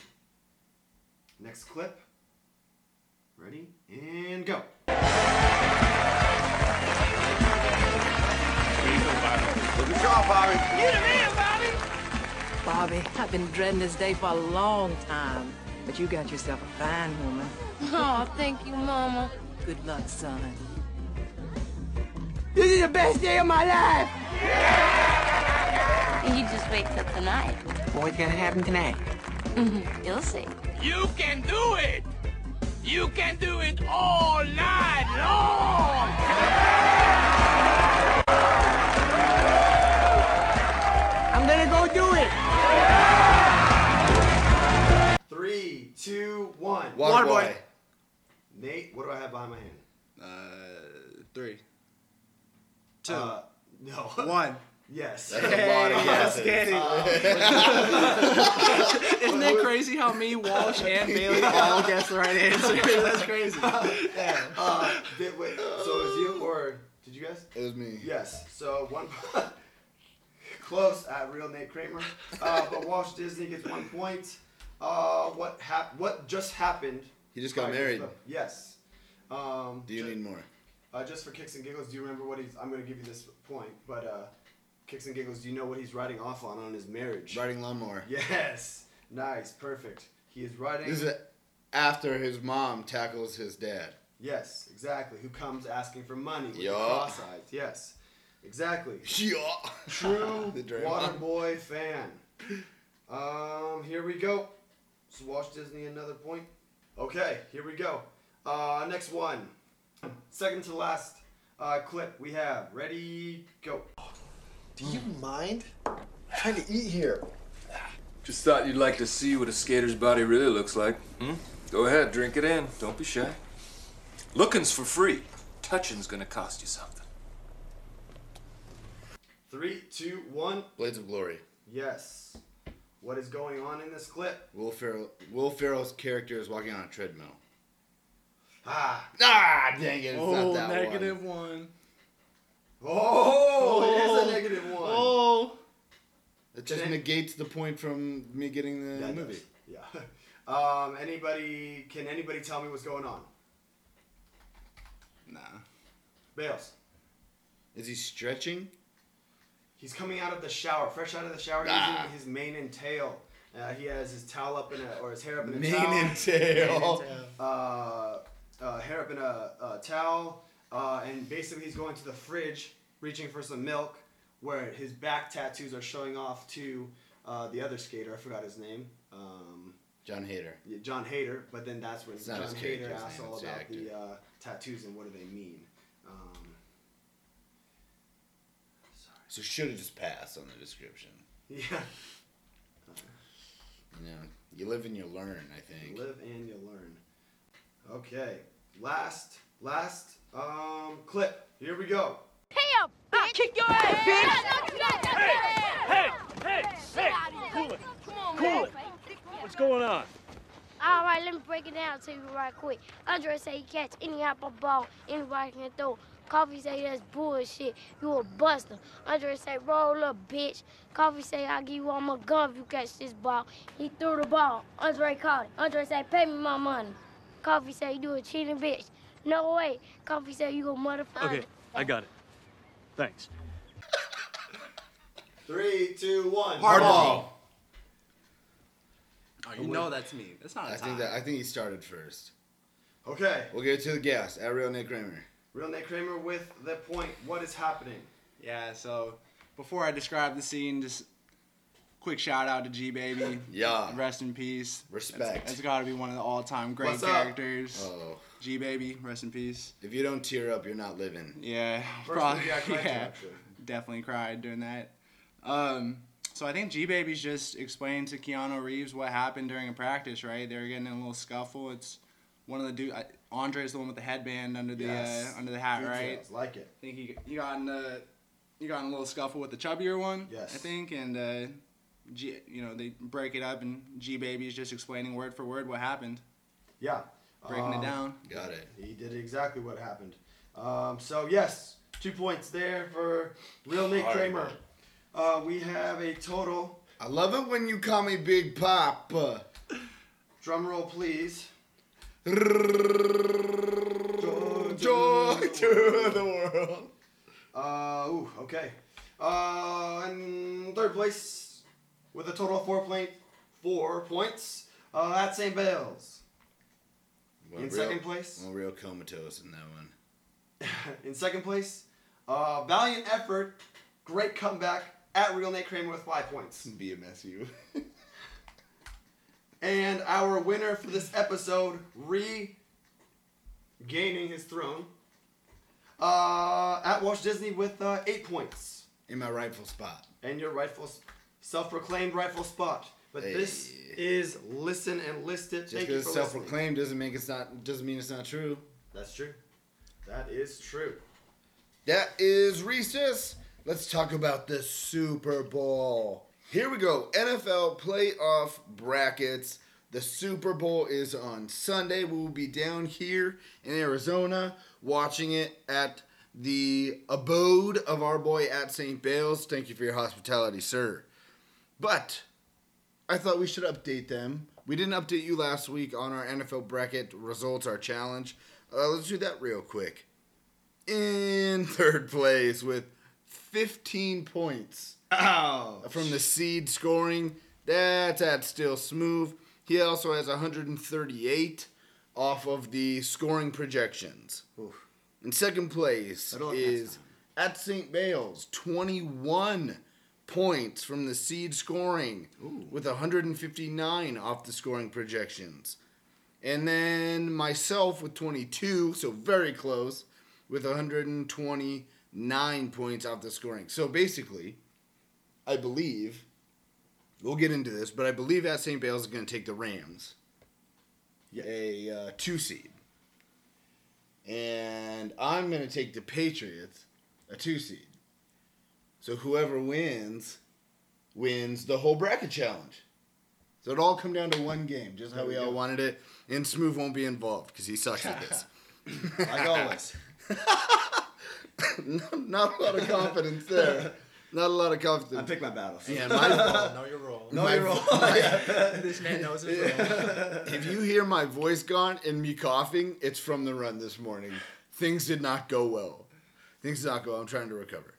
Next clip. Ready and go.
Good job, Bobby.
You the man, Bobby! Bobby, I've been dreading this day for a long time, but you got yourself a fine woman.
Oh, thank you, Mama.
Good luck, son.
This is the best day of my life. You just wait till tonight.
What's gonna happen tonight?
You'll see.
You can do it. You can do it all night long.
I'm gonna go do it.
Three, two, one.
Water Waterboy. [LAUGHS] boy.
Nate, what do I have behind my hand?
Uh, three.
Two. Uh, no.
One.
[LAUGHS] Yes.
That's a
[LAUGHS]
lot of guesses.
Uh,
Isn't that crazy how me, Walsh, [LAUGHS] and Bailey all guessed the right answer? [LAUGHS] That's crazy.
Oh,
Uh, did, wait, so it was you or did you guess?
It was me.
Yes. So one [LAUGHS] close at real Nate Kramer, uh, but Walsh Disney gets one point. Uh, what hap- What just happened?
He just got
Right,
married.
so- Yes. Um,
Do you need more?
uh, just for kicks and giggles, do you remember what he's? I'm going to give you this point, but uh, kicks and giggles, do you know what he's riding off on on his marriage?
Riding lawnmower.
Yes. Nice. Perfect. He is riding.
This is after his mom tackles his dad. [LAUGHS]
Yes, exactly. Who comes asking for money with
Yeah.
the cross eyes? Yes, exactly.
Yeah.
True
[LAUGHS] The Draymond.
Waterboy fan. Um, here we go. So Walt Disney another point. Okay, here we go. Uh, next one. Second to last uh, clip we have. Ready, go.
Do you mind? I'm trying to eat here. Just thought you'd like to see what a skater's body really looks like. Hmm? Go ahead, drink it in. Don't be shy. Looking's for free. Touching's gonna cost you something.
Three, two, one.
Blades of Glory.
Yes. What is going on in this clip?
Will Ferrell. Will Ferrell's character is walking on a treadmill.
Ah.
Ah, dang it! It's not
Oh,
that
negative one.
[LAUGHS] Oh, it is a negative one.
Oh.
It just
Dang.
negates the point from me getting the
Yeah, it
movie.
does. Yeah. [LAUGHS] Um, anybody? Can anybody tell me what's going on?
Nah.
Bales.
Is he stretching?
He's coming out of the shower, fresh out of the shower,
Ah.
using his mane and tail. Uh, he has his towel up in a, or his hair up in a
Mane
towel.
and tail.
Mane and tail. Uh, uh, hair up in a, a towel, uh, and basically he's going to the fridge, reaching for some milk, where his back tattoos are showing off to uh, the other skater. I forgot his name. Um,
John Hader.
yeah, John Hader, but then that's when
It's not
John
his
Hader
character, his
asks
name,
all
it's the
about the uh, tattoos and what do they mean. Um,
So should have just passed on the description.
[LAUGHS] yeah,
You know, you live and you learn. I think.
live and you learn. Okay, last, last um, clip. Here we go.
Hey up, bitch. I'll kick your ass, bitch.
Hey, hey, hey, hey, cool it, cool it. What's going on?
All right, let me break it down to you right quick. Andre say he catch any apple ball, anybody can throw. Coffee say that's bullshit. You a buster. Andre say roll up, bitch. Coffee say I'll give you all my gun if you catch this ball. He threw the ball. Andre caught it. Andre say pay me my money. Coffee say you a cheating bitch. No way. Coffee say you a motherfucker.
Okay, I got it. Thanks.
Three, two, one.
Hardball.
Oh, you know that's me. That's
Oh,
not a
I
tie.
think that I think he started first.
Okay.
We'll get to the gas at Real Nick Kramer.
Real Nate Kramer with the point. What is happening?
Yeah, so before I describe the scene, just quick shout out to G Baby.
[LAUGHS] Yeah.
Rest in peace. Respect.
Respect.
that's got to be one of the all time great
What's up?
characters.
Oh.
G Baby, rest in peace.
If you don't tear up, you're not living.
Yeah.
First movie
[LAUGHS]
I cried to, actually.
Definitely cried during that. Um, so I think G Baby's just explaining to Keanu Reeves what happened during a practice, right? They're getting in a little scuffle. It's one of the dude. Andre's the one with the headband under the
Yes.
uh, under the hat,
Details.
right?
Like it.
I think he you got in a you got in a little scuffle with the chubbier one.
Yes.
I think, and uh, G, you know they break it up, and G Baby's just explaining word for word what happened.
Yeah.
Breaking it down.
Got it.
He did exactly what happened. Um, so yes, two points there for real Nick
Hard.
Kramer. Uh, we have a total.
I love it when you call me Big Pop. [LAUGHS]
Drum roll, please.
Joy to the world.
Uh, ooh, okay. Uh, in third place with a total of four point four points. Uh, at St. Bales.
Went
in second place.
went real comatose in that one.
[LAUGHS] in second place, uh, valiant effort, great comeback at Real Nate Kramer with five points.
BMSU.
And our winner for this episode, regaining his throne, uh, at Walt Disney with uh, eight points.
[LAUGHS] In my rightful spot.
And your rightful, self proclaimed rightful spot. But this is Listen and Listed.
Just
Thank you
because
for
it's
listening.
self-proclaimed doesn't make it's not doesn't mean it's not true.
That's true. That is true.
That is recess. Let's talk about the Super Bowl. Here we go. NFL playoff brackets. The Super Bowl is on Sunday. We will be down here in Arizona watching it at the abode of our boy at St. Bales. Thank you for your hospitality, sir. But I thought we should update them. We didn't update you last week on our NFL bracket results, our challenge. Uh, let's do that real quick in third place with 15 points from the seed scoring. That's at still smooth. He also has 138 off of the scoring projections. In second place is at St. Bales, 21 points from the seed scoring with 159 off the scoring projections. And then myself with 22, so very close, with 129 points off the scoring. So basically, I believe, we'll get into this, but I believe at St. Bales is going to take the Rams, a uh, two seed. And I'm going to take the Patriots, a two seed. So whoever wins, wins the whole bracket challenge. So it all come down to one game, just how
There
we
we
all
go.
wanted it. And Smooth won't be involved because he sucks at this.
[LAUGHS] Like always.
[LAUGHS] Not a lot of confidence there. Not a lot of confidence. I
pick my
[LAUGHS]
battles.
Yeah, my fault.
Know your role.
Know your role.
this man knows his role.
[LAUGHS] if you hear my voice gone and me coughing, it's from the run this morning. Things did not go well. Things did not go well. I'm trying to recover.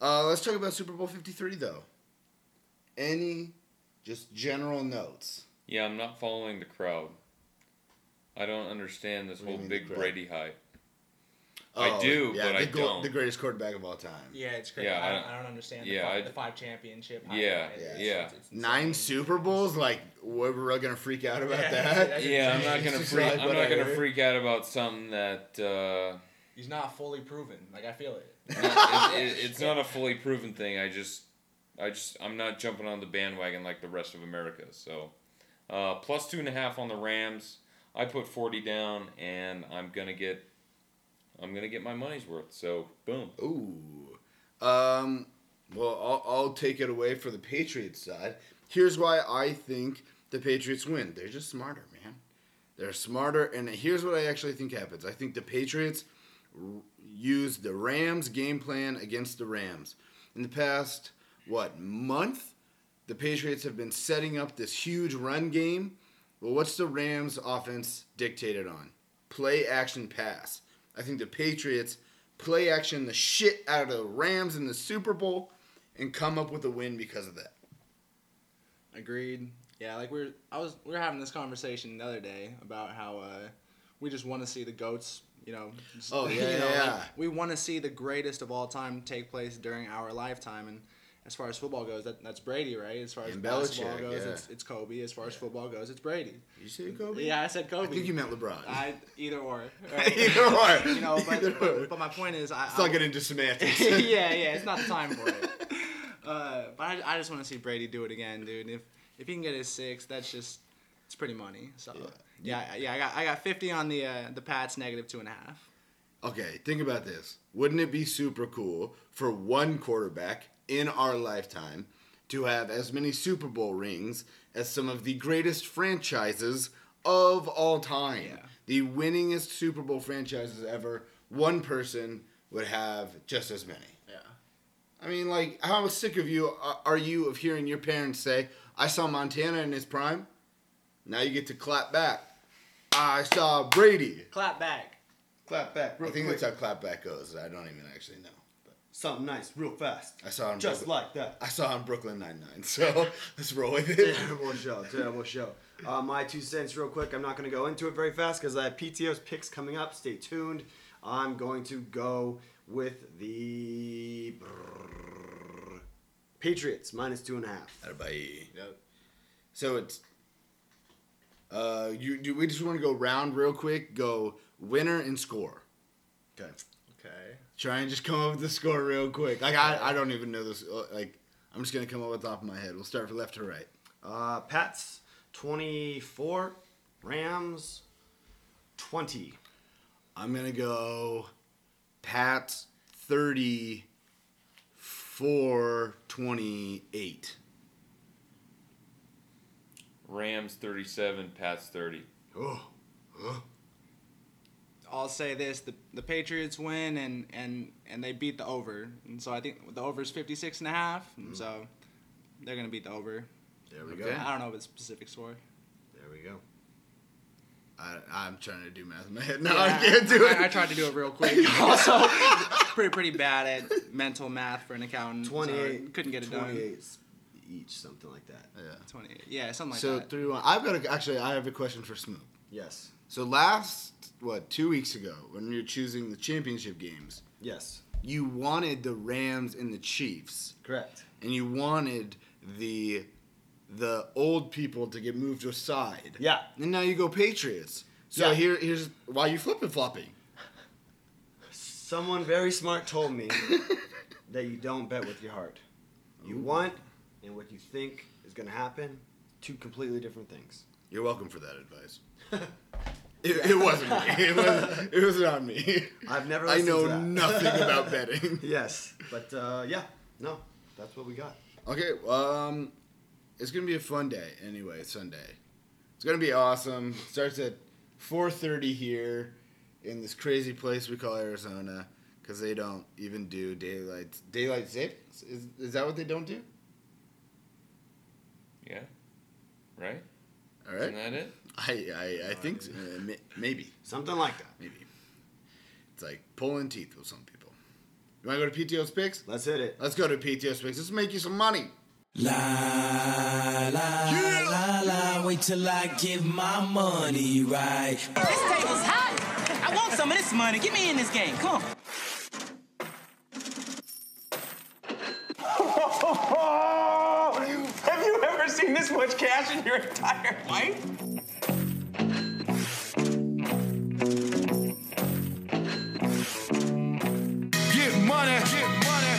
Uh, let's talk about Super Bowl 53, though. Any just general notes?
Yeah, I'm not following the crowd. I don't understand this
do you
whole
mean, the
big
crowd?
Brady hype.
Oh,
I do,
yeah,
but
the
I
go-
don't.
The greatest quarterback of all time.
Yeah, it's crazy.
Yeah,
I,
I
don't,
don't-
I don't understand
yeah,
the, five,
I-
the five championship. hype.
Yeah,
It's- it's-
yeah.
Nine Super Bowls? Like, we're we're gonna freak out about
Yeah,
that?
that's
[LAUGHS] Yeah, I'm not
It's
gonna
just
freak.
like
I'm
what
not
I
gonna
heard.
freak out about something that uh,
He's not fully proven. Like I feel it.
it, it,
[LAUGHS]
it's not a fully proven thing. I just, I just, I'm not jumping on the bandwagon like the rest of America. So, uh, plus two and a half on the Rams. I put forty down, and I'm gonna get, I'm gonna get my money's worth. So, boom.
Ooh. Um, well, I'll, I'll take it away for the Patriots side. Here's why I think the Patriots win. They're just smarter, man. They're smarter. And here's what I actually think happens I think the Patriots r- use the Rams' game plan against the Rams. In the past, what, month? The Patriots have been setting up this huge run game. Well, what's the Rams' offense dictated on? Play, action, pass. I think the Patriots play action the shit out of the Rams in the Super Bowl and come up with a win because of that.
Agreed. Yeah, like we're I was we were having this conversation the other day about how uh, we just want to see the goats. You know. just-
Oh,
[LAUGHS] you
yeah,
know, like,
yeah.
we want to see the greatest of all time take place during our lifetime and. As far as football goes, that, that's Brady, right? As far as
And
basketball
Belichick,
goes,
yeah.
it's, it's Kobe. As far as football goes, it's Brady.
You say Kobe?
Yeah, I said Kobe.
I think you meant LeBron. [LAUGHS]
I either or.
Either or.
You know, but,
Either or.
but my point is, I,
Let's
I,
not get into [LAUGHS] semantics.
[LAUGHS] yeah, yeah, it's not the time for it. [LAUGHS] Uh, but I, I just want to see Brady do it again, dude. If if he can get his six, that's just it's pretty money. So yeah, yeah, I got I got fifty on the uh, the Pats negative two and a half.
Okay, think about this. Wouldn't it be super cool for one quarterback in our lifetime to have as many Super Bowl rings as some of the greatest franchises of all time? The winningest Super Bowl franchises ever, one person would have just as many.
Yeah.
I mean, like, how sick of you uh, are- are you of hearing your parents say, I saw Montana in his prime? Now you get to clap back. I saw Brady.
Clap back.
Clap back.
real
I think
quick.
that's how clap back goes. I don't even actually know.
Something nice, real fast.
I saw him
Just
Brooklyn-
like
[LAUGHS]
that.
I saw him Brooklyn Nine Nine. [LAUGHS] So let's roll with it.
Terrible show. Terrible show. Uh, my two cents, real quick. I'm not going to go into it very fast because I have PTO's picks coming up. Stay tuned. I'm going to go with the Patriots minus two and a half.
Everybody. So it's. Uh, you do we just want to go round real quick? Go winner and score. Okay.
Okay.
Try and just come up with the score real quick. Like I, I don't even know this. uh, Like I'm just gonna come up with the top of my head. We'll start from left to right.
Uh, Pats 24, Rams 20.
I'm gonna go Pats 34 28.
Rams 37, Pats 30.
Oh.
I'll say this: the the Patriots win and and and they beat the over, and so I think the over is fifty six and a half,
Mm-hmm.
and so they're gonna beat the over.
There we go.
I don't know if it's a specific score.
There we go. I, I'm trying to do math in my head. [LAUGHS] No, [LAUGHS]
Yeah,
I can't do it.
I, I tried to do it
[LAUGHS]
real quick. [LAUGHS] also, pretty pretty bad at mental math for an accountant. so
28.
couldn't get it done.
28 each, something like that.
Yeah.
28. Yeah, something like
so
that.
three one. I've got a, actually. I have a question for Smoop.
Yes.
So last what two weeks ago, when you're choosing the championship games,
Yes.
you wanted the Rams and the Chiefs,
Correct.
and you wanted the the old people to get moved aside.
Yeah.
And now you go Patriots. So
Yeah.
here here's why you flipping flopping.
Someone very smart told me that you don't bet with your heart. You want and what you think is going to happen, two completely different things.
You're welcome for that
[LAUGHS]
advice. It, it wasn't me. It was it was not me.
I've never.
I
listened
know
to that.
nothing
[LAUGHS]
about betting.
[LAUGHS] Yes, but uh, yeah, no, that's what we got.
Okay, um, it's gonna be a fun day anyway. Sunday, it's gonna be awesome. Starts at 4:30 here in this crazy place we call Arizona because they don't even do daylight daylight savings. Is is that what they don't do?
Yeah. Right?
All right.
Isn't that it?
I I, I think so. Uh, may- maybe
something like that.
Maybe it's like pulling teeth with some people. You want to go to PTO's picks?
Let's hit it.
Let's go to PTO's picks. Let's make you some money.
La la la, wait till I give my money right.
This table's hot. I want some of this money. Get me in this game. Come on.
[LAUGHS] Have you ever seen this much cash in your entire life?
Get money, get money,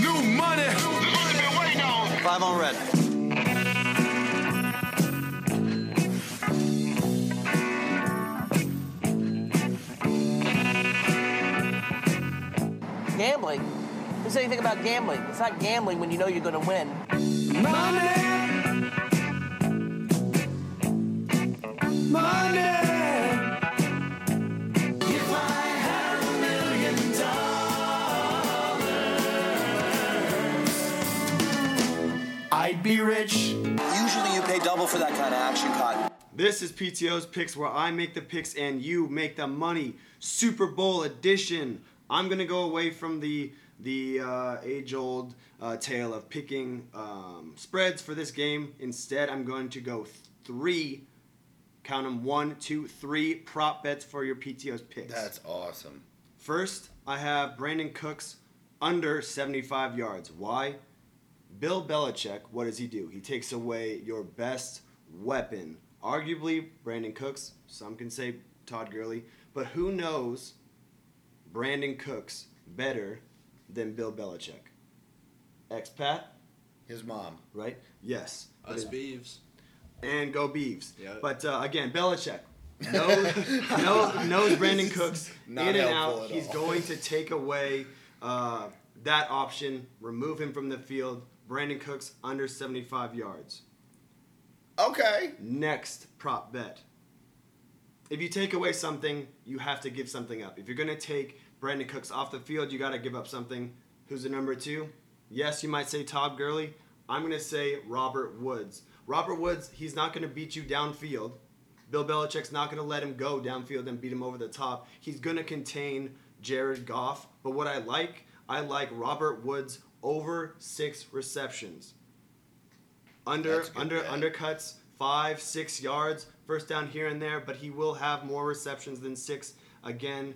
new money. Five on red.
Gambling. Who said anything about gambling? It's not gambling when you know you're going to win. Money.
Money. If I had a million dollars,
I'd be rich. Usually you pay double for that kind of action, Cotton. This is PTO's Picks, where I make the picks and you make the money. Super Bowl edition. I'm gonna go away from the the uh, age-old uh, tale of picking um, spreads for this game. Instead, I'm going to go th- three. Count them one, two, three prop bets for your PTO's picks.
That's awesome.
First, I have Brandon Cooks under 75 yards. Why? Bill Belichick, what does he do? He takes away your best weapon. Arguably, Brandon Cooks. Some can say Todd Gurley. But who knows Brandon Cooks better than Bill Belichick? Expat?
His mom.
Right? Yes.
Us
But-
Beeves.
and go Beavs.
Yeah.
But uh,
[LAUGHS]
again, Belichick knows, knows, knows Brandon Cooks
Not
in and
helpful
out.
at
He's
all.
going to take away uh, that option, remove him from the field. Brandon Cooks under 75 yards.
Okay.
Next prop bet. If you take away something, you have to give something up. If you're going to take Brandon Cooks off the field, you got to give up something. Who's the number two? Yes, you might say Todd Gurley. I'm going to say Robert Woods. Robert Woods, he's not going to beat you downfield. Bill Belichick's not going to let him go downfield and beat him over the top. He's going to contain Jared Goff. But what I like, I like Robert Woods over six receptions. Under under undercuts five six yards, first down here and there, but he will have more receptions than six again.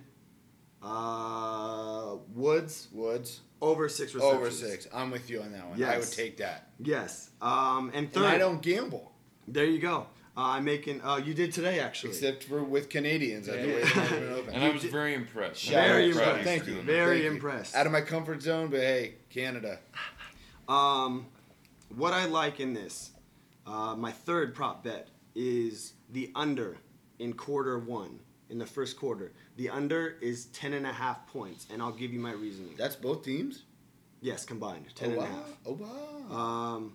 Uh, Woods
Woods
over six receptions.
over six. I'm with you on that one. I
Yes.
would take that.
Yes. Um, and third,
And I don't gamble.
There you go. Uh, I'm making. Uh, you did today actually.
Except for with Canadians, I think it's open.
And I was very impressed.
Very
Shout out to
impressed.
Fridays
Thank
for
you.
doing that.
Very
Thank you.
impressed.
Out of my comfort zone, but hey, Canada.
Um, what I like in this, uh, my third prop bet is the under in quarter one in the first quarter. The under is ten and a half points, and I'll give you my reasoning.
That's both teams.
Yes, combined, ten
oh,
and a
wow.
half.
Oh wow.
Um,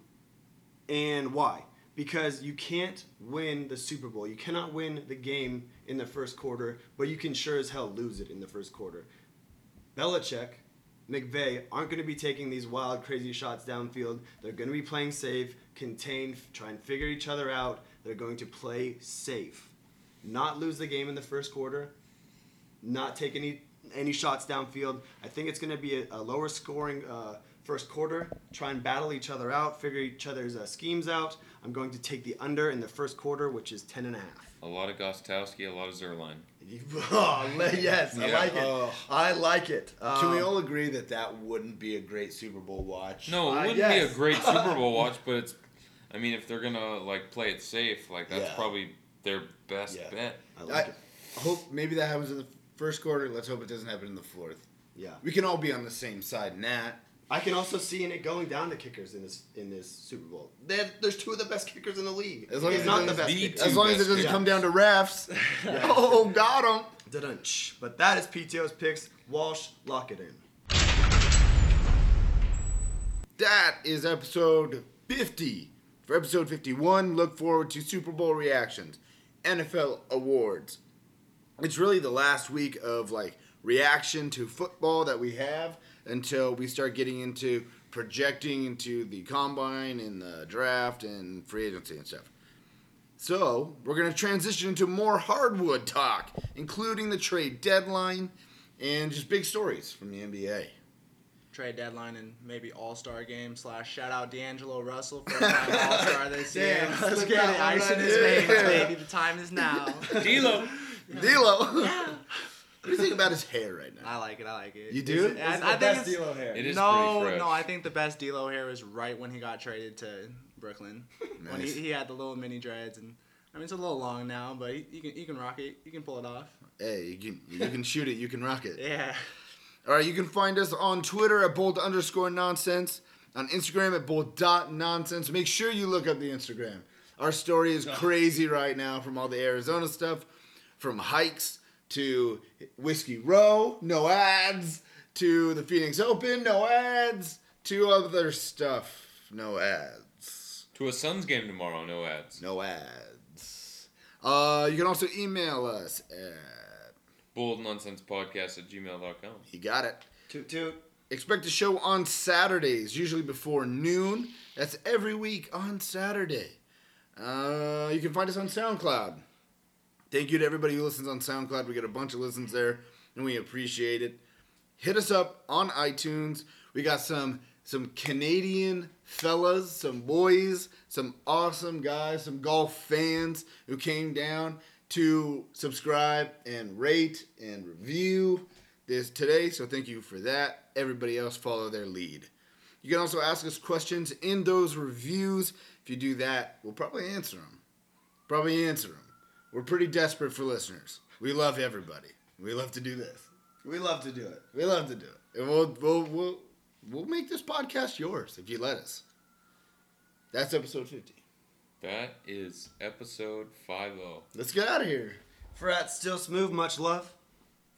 and why? Because you can't win the Super Bowl. You cannot win the game in the first quarter, but you can sure as hell lose it in the first quarter. Belichick, McVay aren't going to be taking these wild, crazy shots downfield. They're going to be playing safe, contain, f- try and figure each other out. They're going to play safe, not lose the game in the first quarter, not take any any shots downfield. I think it's going to be a, a lower scoring uh, first quarter. Try and battle each other out, figure each other's uh, schemes out. I'm going to take the under in the first quarter, which is ten and a half.
A lot of Gostowski, a lot of Zerline.
[LAUGHS]
[LAUGHS]
Oh, le- yes, I
Yeah.
like it. I like it.
Can we
Oh, Um,
all agree that that wouldn't be a great Super Bowl watch?
No, it
Uh,
wouldn't
yes.
be a great Super Bowl watch, but it's. I mean, if they're gonna like play it safe, like that's
Yeah.
probably their best bet.
I hope maybe that happens in the first quarter. Let's hope it doesn't happen in the fourth.
Yeah.
We can all be on the same side in that.
I can also see in it going down to kickers in this in this Super Bowl. They have, there's two of the best kickers in the league.
As long
If
as
not
it
the
doesn't-
best.
the
kickers.
two As long as it best doesn't kickers. come down to refs.
[LAUGHS]
Oh, got
him. But that is PTO's picks. Walsh, lock it in.
That is episode 50. For episode 51, look forward to Super Bowl reactions, NFL awards. It's really the last week of like reaction to football that we have until we start getting into projecting into the combine and the draft and free agency and stuff. So, we're going to transition into more hardwood talk, including the trade deadline and just big stories from the NBA.
Trade deadline and maybe All Star game slash shout out D'Angelo Russell for
[LAUGHS]
All Star this year.
Damn,
Let's
slip
get
that
it.
one
Ice in
right
his
in.
veins, baby. The time is now.
D'Lo.
[LAUGHS] D'Lo. What do you think about his hair right now?
[LAUGHS] I like it. I like it.
You do?
Is it- I,
It's the
I think
best
it's-
D'Lo hair. It is pretty
no,
fresh.
no. I think the best D'Lo hair was right when he got traded to
[LAUGHS]
Brooklyn. When he,
Nice.
he had the little mini dreads, and I mean it's a little long now, but you can you can rock it. You can pull it off.
Hey, you can, you can shoot it, you can rock it.
Yeah.
All right, you can find us on Twitter at bold underscore nonsense, on Instagram at bold dot nonsense. Make sure you look up the Instagram. Our story is crazy right now from all the Arizona stuff, from hikes to Whiskey Row, no ads, to the Phoenix Open, no ads, to other stuff, no ads.
To a Suns game tomorrow, no ads.
No ads. Uh, you can also email us at
Bold Nonsense Podcast at gmail.com.
You got it.
Toot toot.
Expect a show on Saturdays, usually before noon. That's every week on Saturday. Uh, you can find us on SoundCloud. Thank you to everybody who listens on SoundCloud. We get a bunch of listens there, and we appreciate it. Hit us up on iTunes. We got some some Canadian fellas, some boys, some awesome guys, some golf fans who came down to subscribe and rate and review this today. So thank you for that. Everybody else follow their lead. You can also ask us questions in those reviews. If you do that, we'll probably answer them. Probably answer them. We're pretty desperate for listeners. We love everybody. We love to do this.
We love to do it.
We love to do it. And we'll we'll we'll, we'll make this podcast yours if you let us. That's episode 50.
That is episode oh. 5 0.
Let's get out of here.
Frat still smooth. Much love.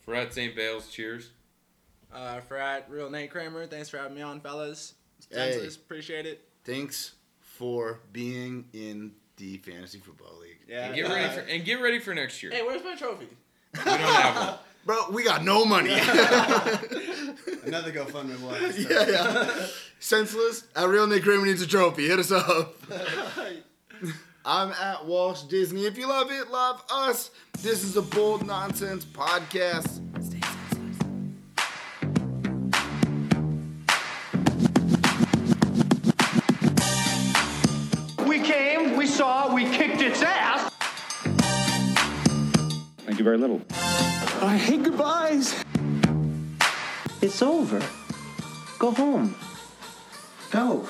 Frat St. Bales, cheers.
Uh, Frat, real Nate Kramer. Thanks for having me on, fellas.
Hey.
Senseless, appreciate it.
Thanks for being in the fantasy football league.
Yeah.
And get ready
uh,
for and get ready for next year.
Hey, where's my trophy?
Bro, we got no money.
Another
[LAUGHS]
GoFundMe one.
yeah, yeah. Senseless. At Real Nick Kramer needs a trophy. Hit us up. I'm at Walsh Disney. If you love it, love us. This is a bold nonsense podcast.
We came, we saw, we kicked its ass.
Thank you very little.
I hate goodbyes.
It's over. Go home. Go.